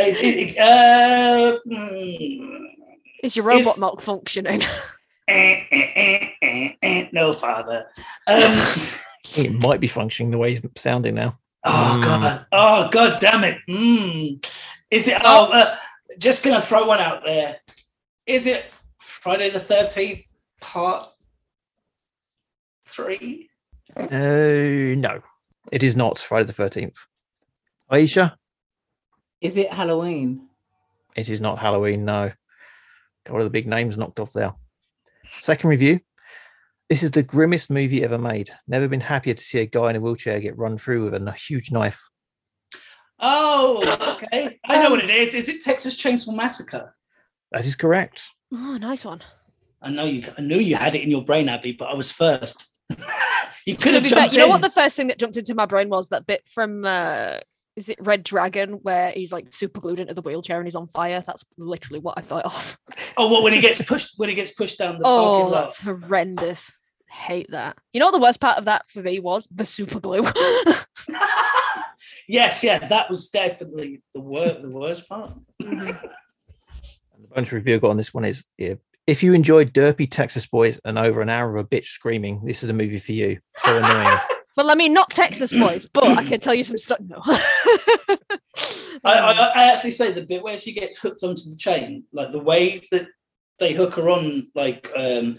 Speaker 1: it- it- it- uh, hmm.
Speaker 2: Is your robot
Speaker 1: Is-
Speaker 2: not functioning?
Speaker 1: Eh, eh, eh, eh, eh, no, father. Um,
Speaker 4: It might be functioning the way it's sounding now.
Speaker 1: Oh
Speaker 4: Mm.
Speaker 1: god! Oh god! Damn it! Mm. Is it? Oh, uh, just gonna throw one out there. Is it Friday the Thirteenth Part Three?
Speaker 4: Uh, no, it is not Friday the 13th. Aisha,
Speaker 5: Is it Halloween?
Speaker 4: it is not Halloween. No, got one of the big names knocked off there. Second review. This is the grimmest movie ever made. Never been happier to see a guy in a wheelchair get run through with a n- huge knife.
Speaker 1: Oh, okay. I
Speaker 2: Um,
Speaker 1: know what it is. Is it Texas Chainsaw Massacre?
Speaker 4: That is correct.
Speaker 2: oh, nice one.
Speaker 1: I know you. I knew you had it in your brain, Abby, but I was first. you could
Speaker 2: to
Speaker 1: have
Speaker 2: be fair,
Speaker 1: jumped
Speaker 2: you know
Speaker 1: in.
Speaker 2: what the first thing that jumped into my brain was that bit from uh, is it Red Dragon where he's like super glued into the wheelchair and he's on fire? That's literally what I thought of.
Speaker 1: oh, what when he gets pushed? When he gets pushed down the
Speaker 2: oh,
Speaker 1: parking lot.
Speaker 2: that's horrendous. Hate that. You know what the worst part of that for me was the super glue.
Speaker 1: yes, yeah, that was definitely the worst. The worst part.
Speaker 2: Mm-hmm.
Speaker 4: And the bonus review I got on this one is yeah, if you enjoyed Derpy Texas Boys and over an hour of a bitch screaming, this is a movie for you. So annoying.
Speaker 2: well, I mean, not Texas boys, but I can tell you some stuff. No.
Speaker 1: I, I, I actually say the bit where she gets hooked onto the chain, like the way that they hook her on, like um,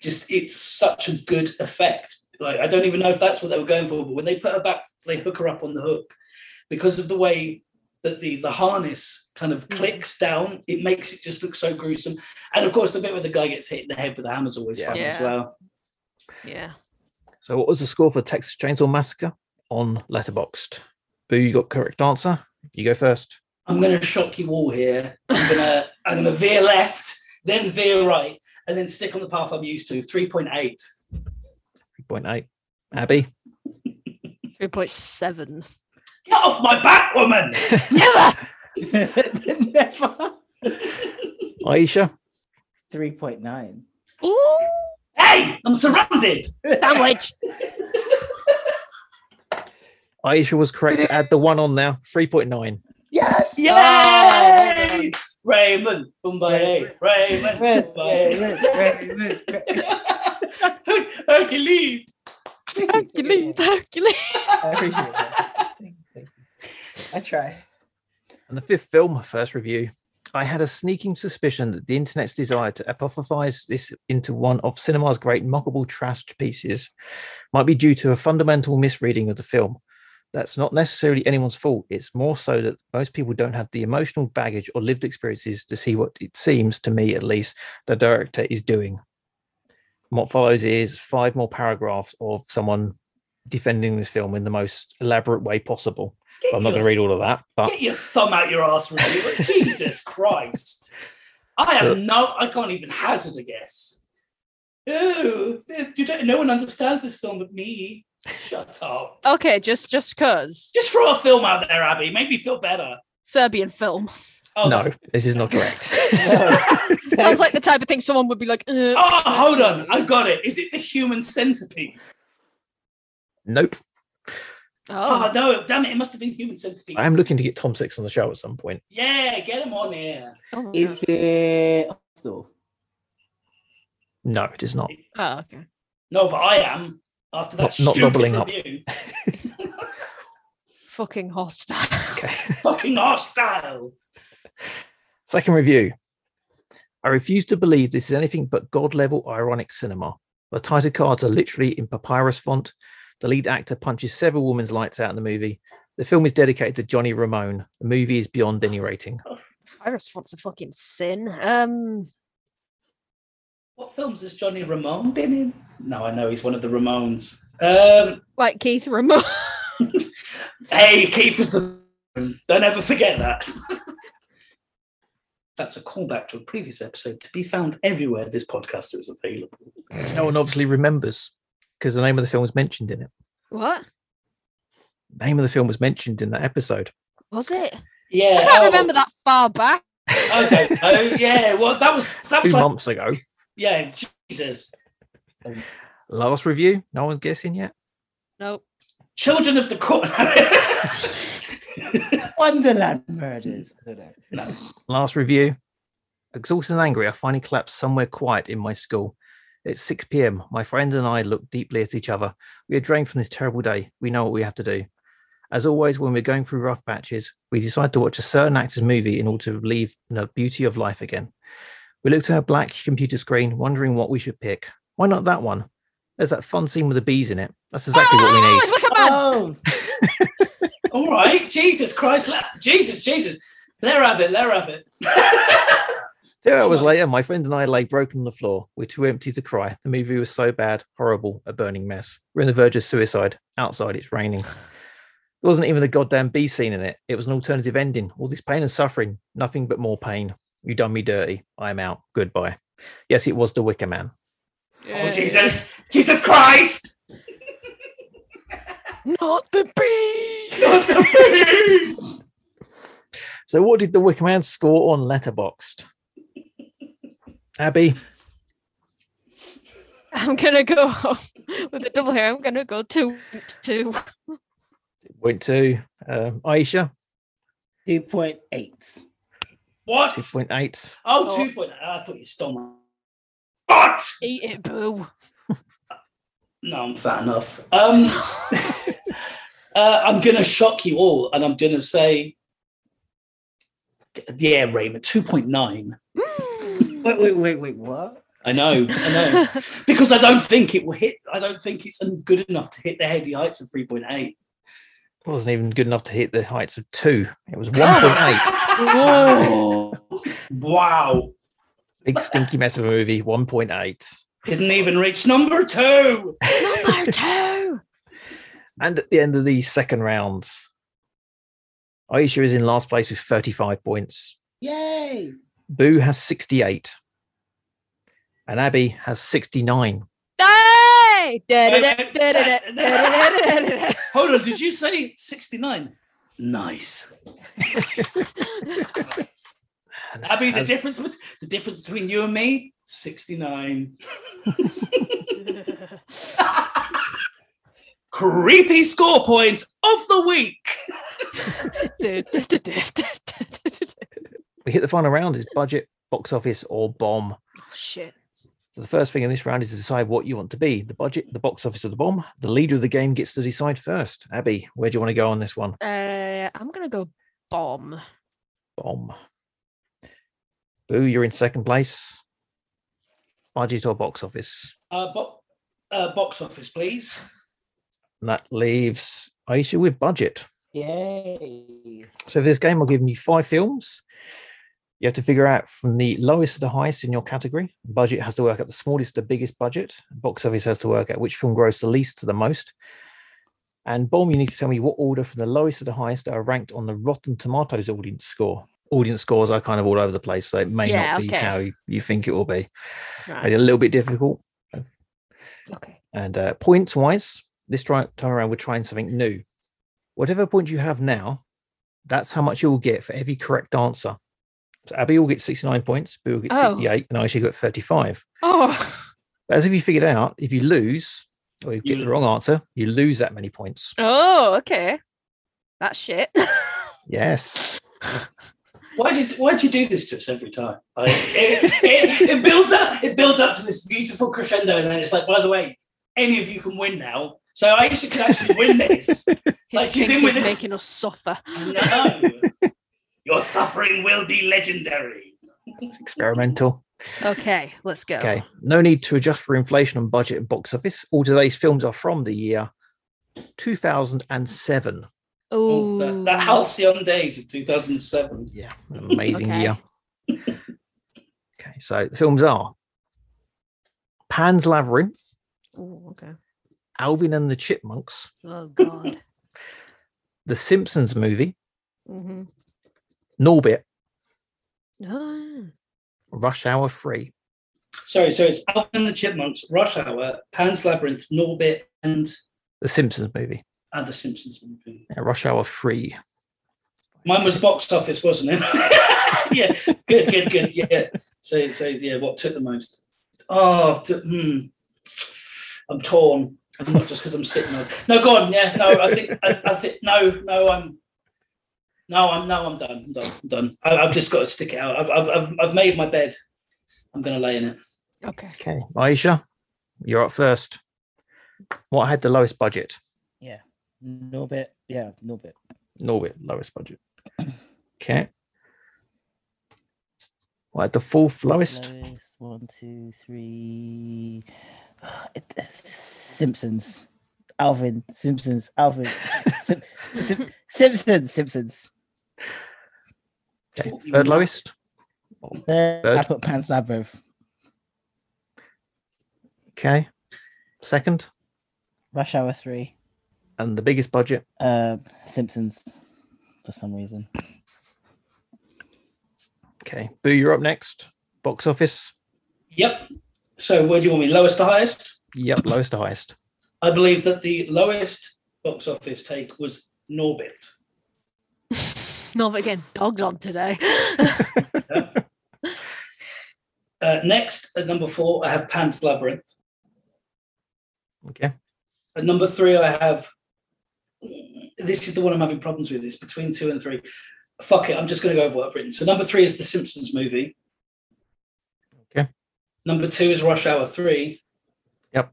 Speaker 1: just it's such a good effect. Like I don't even know if that's what they were going for, but when they put her back, they hook her up on the hook because of the way that the the harness kind of clicks down. It makes it just look so gruesome, and of course the bit where the guy gets hit in the head with the hammer's always
Speaker 4: Yeah.
Speaker 1: fun as
Speaker 2: Yeah.
Speaker 1: well.
Speaker 2: yeah.
Speaker 4: So, what was the score for Texas Chainsaw Massacre on Letterboxd? Boo, you got correct answer. You go first.
Speaker 1: I'm going to shock you all here. I'm going to I'm going to veer left, then veer right, and then stick on the path I'm used to. Three point eight.
Speaker 4: 3.8. Abby,
Speaker 2: 3.7.
Speaker 1: Get off my back, woman!
Speaker 2: Never!
Speaker 5: Never.
Speaker 4: Aisha,
Speaker 5: Three point nine.
Speaker 2: Ooh.
Speaker 1: away! I'm surrounded.
Speaker 3: Sandwich.
Speaker 4: Aisha was correct to add the one on now. 3.9.
Speaker 5: Yes.
Speaker 1: Yay!
Speaker 3: well done.
Speaker 1: Raymond, Bombay, Raymond,
Speaker 5: Red,
Speaker 1: Bombay.
Speaker 5: red, red, red, red.
Speaker 1: Hercules.
Speaker 2: Hercules, Hercules.
Speaker 5: I appreciate that. Thank you, thank you. I try.
Speaker 4: And the fifth film, first review. I had a sneaking suspicion that the internet's desire to apophysize this into one of cinema's great mockable trash pieces might be due to a fundamental misreading of the film. That's not necessarily anyone's fault. It's more so that most people don't have the emotional baggage or lived experiences to see what it seems to me, at least, the director is doing. And what follows is five more paragraphs of someone defending this film in the most elaborate way possible.
Speaker 1: Get
Speaker 4: I'm not
Speaker 1: your-
Speaker 4: going to read all of that, but
Speaker 1: Get your thumb out your ass, reviewer. Jesus Christ. I
Speaker 4: Uh.
Speaker 1: have no, I can't even hazard a guess. Ooh, you don't, no one understands this film but me. Shut up.
Speaker 2: Okay, just just cause
Speaker 1: Just throw a film out there, Abby. Make me feel better.
Speaker 2: Serbian film
Speaker 1: Oh,
Speaker 4: no, this is not correct.
Speaker 2: sounds like the type of thing someone would be like. "Uh,
Speaker 1: Oh, hold on. I got it. Is it the human centipede?
Speaker 4: nope.
Speaker 1: Oh,
Speaker 2: Oh,
Speaker 1: no. Damn it. It must have been human centipede.
Speaker 4: I am looking to get Tom Six on the show at some point.
Speaker 1: Yeah, get him on here.
Speaker 2: oh, yeah.
Speaker 5: Is it hostel?
Speaker 4: No, it is not.
Speaker 2: Oh, okay.
Speaker 1: No, but I am. After that
Speaker 4: Not- not
Speaker 1: stupid
Speaker 4: doubling up.
Speaker 1: review.
Speaker 2: Fucking hostile.
Speaker 4: Okay.
Speaker 1: Fucking hostile.
Speaker 4: Second review. I refuse to believe this is anything but god level ironic cinema. The title cards are literally in papyrus font. The lead actor punches several women's lights out in the movie. The film is dedicated to Johnny Ramone. The movie is beyond any rating.
Speaker 2: I response to fucking sin. Um,
Speaker 1: What films has Johnny Ramone been in? No, I know he's one of the Ramones. Um,
Speaker 2: like Keith Ramone.
Speaker 1: hey, Keith was the. Don't ever forget that. That's a callback to a previous episode to be found everywhere this podcaster is available.
Speaker 4: No one obviously remembers because the name of the film was mentioned in it.
Speaker 2: what
Speaker 4: The name of the film was mentioned in that episode.
Speaker 2: was it?
Speaker 1: Yeah,
Speaker 2: I can't
Speaker 1: oh,
Speaker 2: remember that far back.
Speaker 1: I don't know. Yeah, well, that was that was
Speaker 4: Two
Speaker 1: like
Speaker 4: months ago.
Speaker 1: yeah, Jesus,
Speaker 4: Last review. No one's guessing yet.
Speaker 2: Nope.
Speaker 1: Children of the Corn.
Speaker 5: Wonderland Murders. I don't know.
Speaker 1: no,
Speaker 4: Last review. Exhausted and angry, I finally collapsed somewhere quiet in my school. It's 6 p.m. My friend and I look deeply at each other. We are drained from this terrible day. We know what we have to do. As always, when we're going through rough patches, we decide to watch a certain actor's movie in order to relieve the beauty of life again. We looked at our black computer screen, wondering what we should pick. Why not that one? There's that fun scene with the bees in it. That's exactly what we
Speaker 2: Oh,
Speaker 4: need.
Speaker 2: it's Wicker Man.
Speaker 5: Oh,
Speaker 1: all right, Jesus Christ, la- Jesus, Jesus, there have it, there have it. Oh,
Speaker 4: Two
Speaker 1: It's
Speaker 4: hours
Speaker 1: not-
Speaker 4: later, my friend and I lay broken on the floor. We're too empty to cry. The movie was so bad, horrible, a burning mess. We're on the verge of suicide. Outside, it's raining. It wasn't even a goddamn bee scene in it. It was an alternative ending. All this pain and suffering, nothing but more pain. You done me dirty. I'm out. Goodbye. Yes, it was the Wicker Man.
Speaker 1: Oh Jesus, Jesus Christ,
Speaker 2: Not the bee.
Speaker 1: not the bees.
Speaker 4: So, what did the Wicker Man score on Letterboxd? Abby,
Speaker 2: I'm gonna go with a double here. I'm gonna go two two.
Speaker 4: went to um, Aisha,
Speaker 5: 2.8.
Speaker 1: What?
Speaker 4: 2.8.
Speaker 1: Oh,
Speaker 2: Oh.
Speaker 1: 2.0. I thought you stole my. What?
Speaker 2: Eat it, boo.
Speaker 1: No, I'm fat enough. Um, uh, I'm going to shock you all and I'm going to say, yeah, Raymond, 2.9.
Speaker 5: Wait, wait, wait, wait, what?
Speaker 1: I know, I know. because I don't think it will hit, I don't think it's un- good enough to hit the heady heights of 3.8.
Speaker 4: Wasn't even good enough to hit the heights of two. It was 1.8.
Speaker 1: Whoa. wow.
Speaker 4: Big stinky mess of a movie, 1.8.
Speaker 1: Didn't even reach number two.
Speaker 2: Number two.
Speaker 4: And at the end of the second round, Aisha is in last place with 35 points.
Speaker 5: Yay!
Speaker 4: Boo has 68. And Abby has 69.
Speaker 3: Hey!
Speaker 1: wait,
Speaker 3: Da-da-da-da-da-da-da-da-da-da.
Speaker 1: Hold on, did you say 69? Nice.
Speaker 4: And
Speaker 1: Abby, the
Speaker 4: as-
Speaker 1: difference bet- the difference between you and me, sixty nine. Creepy score point of the week.
Speaker 4: We hit the final round is budget, box office, or bomb.
Speaker 2: Oh, shit.
Speaker 4: So the first thing in this round is to decide what you want to be the budget, the box office, or the bomb. The leader of the game gets to decide first. Abby, where do you want to go on this one?
Speaker 2: Uh, I'm gonna go bomb.
Speaker 4: Bomb. Boo, you're in second place. Budget or box office?
Speaker 1: Uh, bo- uh, box office, please.
Speaker 4: And that leaves Aisha with budget.
Speaker 5: Yay.
Speaker 4: So for this game, I'll give you five films. You have to figure out from the lowest to the highest in your category. Budget has to work out the smallest to the biggest budget. Box office has to work out which film grossed the least to the most. And bomb, you need to tell me what order from the lowest to the highest are ranked on the Rotten Tomatoes audience score. Audience scores are kind of all over the place, so it may
Speaker 2: Yeah,
Speaker 4: not be
Speaker 2: okay.
Speaker 4: how you- you think it will be.
Speaker 2: Right.
Speaker 4: It's a little bit difficult.
Speaker 3: Okay.
Speaker 4: And uh, points wise, this try- time around, we're trying something new. Whatever point you have now, that's how much you will get for every correct answer. So Abby will get 69 points, Boo will get
Speaker 2: Oh.
Speaker 4: 68, and I should get 35.
Speaker 2: Oh,
Speaker 4: But as if you figured out, if you lose or you get
Speaker 1: You-
Speaker 4: the wrong answer, you lose that many points.
Speaker 3: Oh, okay. That's shit.
Speaker 4: Yes.
Speaker 1: Why did why do you do this to us every time? Like, it, it, it builds up, it builds up to this beautiful crescendo, and then it's like, by the way, any of you can win now. So Aisha can actually win this.
Speaker 2: his
Speaker 1: Like, she's
Speaker 2: kink
Speaker 1: in with
Speaker 2: is
Speaker 1: it.
Speaker 2: making us suffer.
Speaker 1: No, your suffering will be legendary.
Speaker 4: It's experimental.
Speaker 2: Okay, let's go.
Speaker 4: Okay. No need to adjust for inflation on budget and box office. All today's films are from the year 2007.
Speaker 1: Oh,
Speaker 3: Oh,
Speaker 1: the, the halcyon days of 2007.
Speaker 4: Yeah, an amazing
Speaker 2: Okay.
Speaker 4: year. okay, so the films are Pan's Labyrinth,
Speaker 3: okay.
Speaker 4: Alvin and the Chipmunks,
Speaker 3: Oh god.
Speaker 4: The Simpsons movie,
Speaker 3: hmm
Speaker 4: Norbit,
Speaker 3: Ah,
Speaker 4: Rush Hour 3.
Speaker 1: Sorry, so it's Alvin and the Chipmunks, Rush Hour, Pan's Labyrinth, Norbit, and
Speaker 4: The Simpsons movie,
Speaker 1: other Simpsons movie.
Speaker 4: yeah, Rush Hour 3.
Speaker 1: Mine was box office, wasn't it? yeah, it's good, good, good. Yeah. So, so yeah, what took the most? Oh, t- hmm. I'm torn. And not just because I'm sitting on. No, go on. Yeah, no, I think, I, I think, no, no, I'm, no, I'm, no, I'm done. I'm done. I'm done. I, I've just got to stick it out. I've, I've, I've, I've made my bed. I'm going to lay in it.
Speaker 2: Okay.
Speaker 4: Okay, Aisha, you're up first. What had the lowest budget?
Speaker 5: No bit. Yeah, no bit.
Speaker 4: Norbit, lowest budget. Okay. What had the fourth lowest?
Speaker 5: Lowest, One, two, three. It- uh, Simpsons. Alvin. Simpsons. Alvin. Sim- Sim- Simpsons. Simpsons.
Speaker 4: Okay,
Speaker 1: What you
Speaker 4: Third
Speaker 1: mean?
Speaker 4: lowest?
Speaker 5: Third, I
Speaker 4: Third.
Speaker 5: put Pan's Labyrinth.
Speaker 4: Okay. Second?
Speaker 5: Rush Hour 3.
Speaker 4: And the biggest budget?
Speaker 5: Uh, Simpsons. For some reason.
Speaker 4: Okay, Boo, you're up next. Box office.
Speaker 1: Yep. So, where do you want me? Lowest to highest?
Speaker 4: Yep, lowest to highest.
Speaker 1: I believe that the lowest box office take was Norbit.
Speaker 2: Not again. Dogged on today.
Speaker 1: Uh, next, at number four, I have Pan's Labyrinth.
Speaker 4: Okay.
Speaker 1: At number three, I have. This is the one I'm having problems with. It's between two and three. Fuck it. I'm just going to go over what I've written. So number three is the Simpsons movie.
Speaker 4: Okay.
Speaker 1: Number two is Rush Hour Three.
Speaker 4: Yep.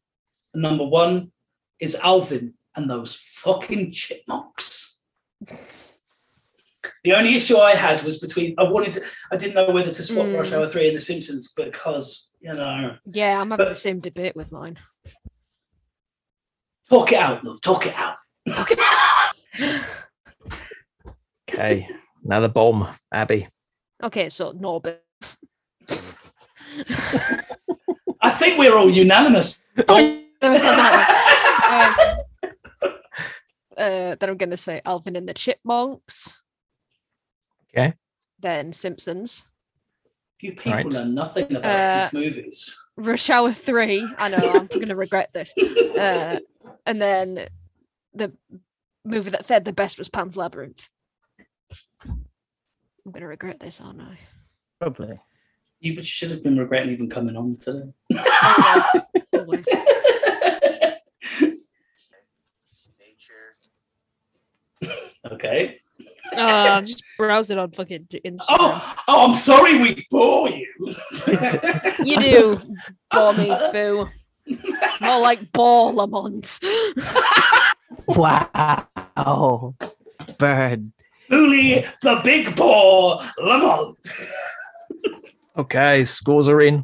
Speaker 1: Number one is Alvin and those fucking chipmunks. The only issue I had was between I wanted I didn't know whether to swap Rush
Speaker 2: Mm.
Speaker 1: Hour Three and The Simpsons because you know
Speaker 2: yeah, I'm having the
Speaker 1: But-
Speaker 2: same debate with mine.
Speaker 1: talk it out, love, talk it out. Talk it out.
Speaker 4: Okay. now the bomb, Abby.
Speaker 2: Okay, so Norbit.
Speaker 1: I think we're all unanimous.
Speaker 2: Um, uh, then I'm going to say Alvin and the Chipmunks.
Speaker 4: Okay.
Speaker 2: Then Simpsons.
Speaker 1: You people
Speaker 4: Right.
Speaker 1: know nothing about
Speaker 2: Uh,
Speaker 1: kids' movies.
Speaker 2: Rush Hour 3. I know, I'm going to regret this. Uh, and then the movie that fared the best was Pan's Labyrinth. I'm going to regret this, aren't I?
Speaker 5: Probably.
Speaker 1: You should have been regretting even coming on today.
Speaker 2: Oh,
Speaker 6: Always, always.
Speaker 7: Nature.
Speaker 1: okay.
Speaker 2: Uh, just browse it on fucking d- Instagram.
Speaker 1: Oh, oh, I'm sorry we bore you.
Speaker 2: You do. Bore me, boo. More like Borlamont.
Speaker 5: Wow. Burn.
Speaker 1: Bully the big bore, Lamont.
Speaker 4: Okay, scores are in.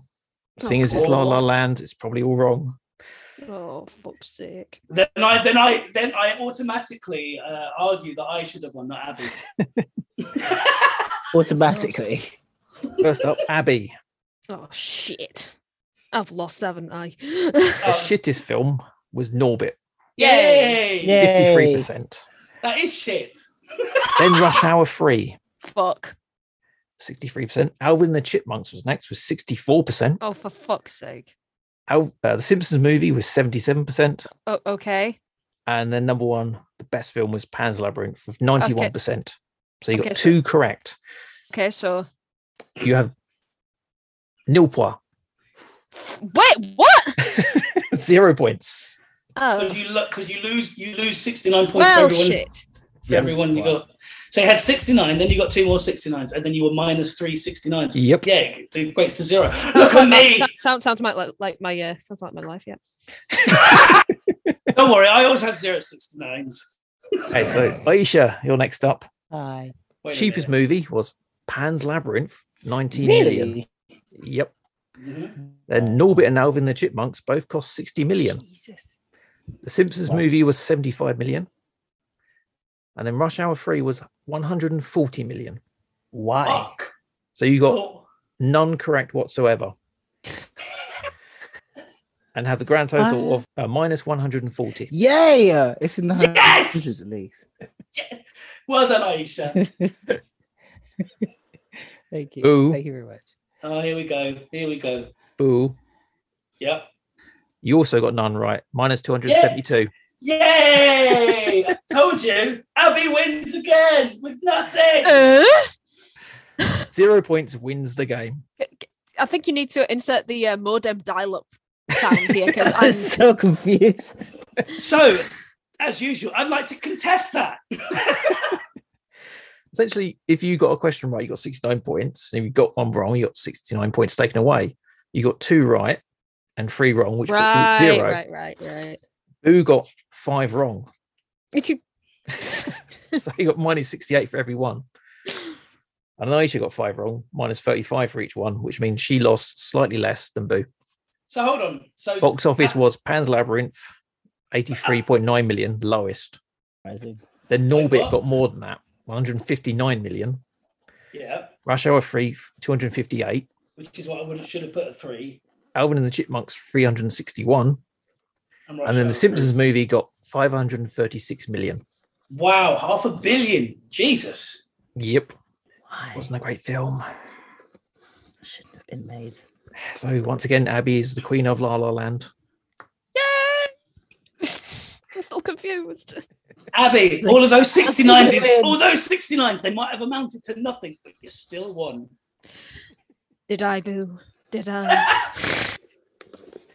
Speaker 2: Oh,
Speaker 4: Seeing as it's La La
Speaker 1: cool.
Speaker 4: Land, it's probably all wrong.
Speaker 2: Oh, fuck's sake.
Speaker 1: Then I, then I, then I automatically uh, argue that I should have won, not Abby.
Speaker 5: Automatically.
Speaker 4: First up, Abby.
Speaker 2: Oh, shit. I've lost, haven't I?
Speaker 1: Oh,
Speaker 4: The shittest film was Norbit,
Speaker 1: Yay!
Speaker 5: Yay.
Speaker 4: 53%.
Speaker 1: That is shit.
Speaker 4: Then Rush Hour 3,
Speaker 2: Fuck.
Speaker 4: 63%. Alvin and the Chipmunks was next, with 64%.
Speaker 2: Oh, for fuck's sake.
Speaker 4: Al- uh, the Simpsons movie was 77%.
Speaker 2: Oh, okay.
Speaker 4: And then number one, the best film was Pan's Labyrinth with 91%. So you got
Speaker 2: Okay, so-
Speaker 4: two correct.
Speaker 2: Okay, so.
Speaker 4: You have nil point,
Speaker 2: Wait, what?
Speaker 4: zero points.
Speaker 2: Oh,
Speaker 1: Because you look, because you lose, you lose 69 points
Speaker 2: well,
Speaker 1: for everyone.
Speaker 2: shit.
Speaker 1: For
Speaker 4: Yeah,
Speaker 1: everyone you
Speaker 4: wow.
Speaker 1: got. So you had 69, then you got two more 69s, and then you were minus three 69s.
Speaker 4: Yep.
Speaker 1: Yeah, it equates to zero. Look at me.
Speaker 2: Sounds sounds my like, like my uh, sounds like my life. Yeah.
Speaker 1: Don't worry, I always have zero 69s.
Speaker 4: Okay, so Aisha, you're next up.
Speaker 5: Hi.
Speaker 1: Wait a
Speaker 4: Cheapest
Speaker 1: minute.
Speaker 4: movie was Pan's Labyrinth, 19 million.
Speaker 5: Really? Oh.
Speaker 4: Yep.
Speaker 1: Mhm.
Speaker 4: Then Norbit and Alvin and the Chipmunks both cost 60 million.
Speaker 2: Jesus.
Speaker 4: The Simpsons
Speaker 5: Wow.
Speaker 4: movie was 75 million. And then Rush Hour 3 was 140 million.
Speaker 5: Why?
Speaker 1: Fuck.
Speaker 4: So you got
Speaker 1: Oh.
Speaker 4: none correct whatsoever. and have the grand total
Speaker 5: Wow.
Speaker 4: of uh, minus 140.
Speaker 5: Yay! It's in the
Speaker 1: Yes!
Speaker 5: hundreds at least.
Speaker 1: Well done, Aisha.
Speaker 5: Thank you.
Speaker 4: Boo.
Speaker 5: Thank you very much.
Speaker 1: oh, here we go. Here we go.
Speaker 4: Boo.
Speaker 1: Yep.
Speaker 4: You also got none right. Minus 272.
Speaker 1: Yay! I told you. Abby wins again with nothing.
Speaker 2: Uh,
Speaker 4: Zero points wins the game.
Speaker 2: I think you need to insert the uh, modem dial-up sound here because
Speaker 5: I'm
Speaker 2: I'm
Speaker 5: so confused.
Speaker 1: So, as usual, I'd like to contest that.
Speaker 4: Essentially, if you got a question right, you got 69 points. And if you got one wrong, you got 69 points taken away. You got two right and three wrong, which
Speaker 2: right,
Speaker 4: got you zero.
Speaker 2: right, right, right.
Speaker 4: Boo got five wrong.
Speaker 2: If you
Speaker 4: so you got minus 68 for every one. And Aisha got five wrong, minus 35 for each one, which means she lost slightly less than Boo.
Speaker 1: So hold on. So
Speaker 4: Box office
Speaker 1: Ah.
Speaker 4: was Pan's Labyrinth, 83.9 million, lowest.
Speaker 5: Amazing.
Speaker 4: Then
Speaker 1: Wait,
Speaker 4: Norbit
Speaker 1: what?
Speaker 4: got more than that, 159 million.
Speaker 1: yeah,
Speaker 4: Rush Hour 3, 258.
Speaker 1: which is what I would have, should have put a three.
Speaker 4: Alvin and the Chipmunks, 361.
Speaker 1: I'm
Speaker 4: And then the
Speaker 1: sure.
Speaker 4: Simpsons movie got 536 million.
Speaker 1: Wow, half a billion. Jesus.
Speaker 4: Yep.
Speaker 5: Why?
Speaker 4: Wasn't a great film.
Speaker 5: Shouldn't have been made.
Speaker 4: So once again, Abby is the queen of La La Land.
Speaker 2: yeah, I'm still confused.
Speaker 1: Abby, all of those 69s, is, all those 69s, they might have amounted to nothing, but you still won.
Speaker 2: Did I boo? Did I?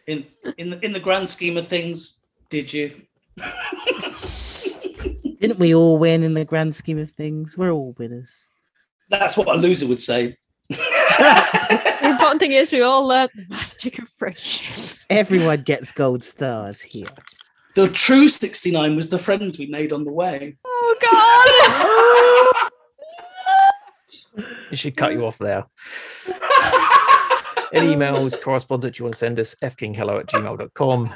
Speaker 1: In in the, in the grand scheme of things, did you?
Speaker 5: Didn't we all win in the grand scheme of things? We're all winners.
Speaker 1: That's what a loser would say.
Speaker 2: the important thing is we all learned the magic of friendship.
Speaker 5: Everyone gets gold stars here.
Speaker 1: the true 69 was the friends we made on the way.
Speaker 2: Oh
Speaker 4: It should cut you off there. Any emails, correspondence you want to send us, fkinghello at gmail.com.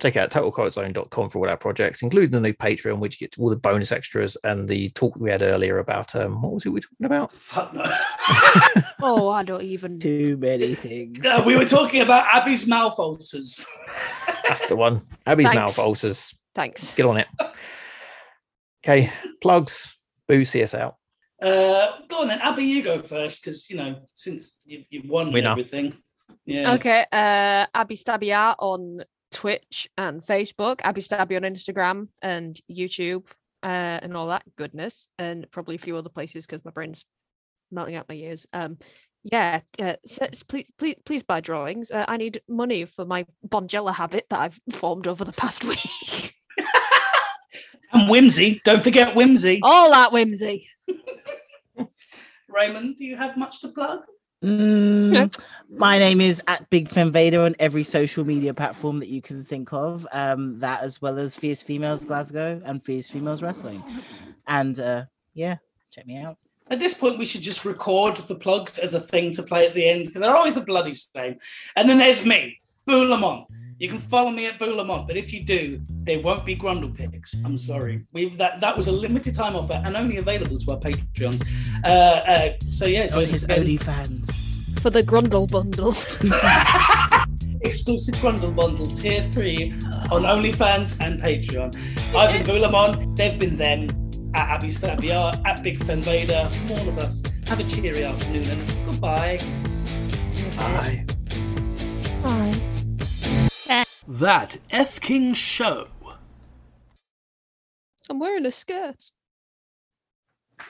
Speaker 4: Check out totalquotezone.com for all our projects, including the new Patreon, which gets all the bonus extras and the talk we had earlier about um, what was it we were talking about?
Speaker 1: Fuck no.
Speaker 2: God! Oh, I don't even.
Speaker 5: Too many things.
Speaker 1: No, Uh, we were talking about Abby's mouth ulcers.
Speaker 4: That's the one. Abby's
Speaker 2: Thanks.
Speaker 4: mouth ulcers.
Speaker 2: Thanks.
Speaker 4: Get on it. Okay, plugs. Boo, see us out.
Speaker 1: Uh, go on then, Abby, you go first because you know since you, you won and
Speaker 4: Winner.
Speaker 1: everything. Yeah.
Speaker 2: Okay, uh, Abby Stabby Art on Twitch and Facebook, Abby Stabby on Instagram and YouTube, uh, and all that goodness, and probably a few other places because my brain's
Speaker 3: melting out my ears. Um, yeah, uh, so it's- please, please, please buy drawings. Uh, I need money for my Bonjella habit that I've formed over the past week.
Speaker 1: And whimsy. Don't forget whimsy.
Speaker 2: Oh.
Speaker 3: All that whimsy.
Speaker 1: Raymond, do you have much to plug?
Speaker 5: Mm,
Speaker 3: Yeah.
Speaker 5: My name is at Big Fem Vader on every social media platform that you can think of. Um, that as well as Fierce Females Glasgow and Fierce Females Wrestling. And uh, yeah, check me out.
Speaker 1: At this point, we should just record the plugs as a thing to play at the end because they're always the bloody same. And then there's me, Boulamont. You can follow me at Boulamont, but if you do, there won't be Grundle picks. I'm sorry. We that that was a limited time offer and only available to our Patreons. Uh, uh, so yeah,
Speaker 5: On
Speaker 1: join us
Speaker 5: his
Speaker 1: again.
Speaker 5: Oh, only fans.
Speaker 3: For the Grundle bundle.
Speaker 1: exclusive Grundle bundle tier three on OnlyFans and Patreon. I've been Boulamon, they've been them at Abby Stabiar, at Big Fen Vader. From all of us, have a cheery afternoon and goodbye.
Speaker 4: Bye.
Speaker 3: Bye.
Speaker 1: That F King show.
Speaker 3: I'm wearing a skirt.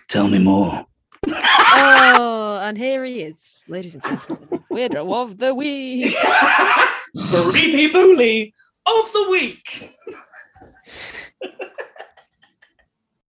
Speaker 1: Tell me more.
Speaker 3: Oh, and here he is, ladies and gentlemen. Weirdo of the week.
Speaker 1: Creepy Bully of the week.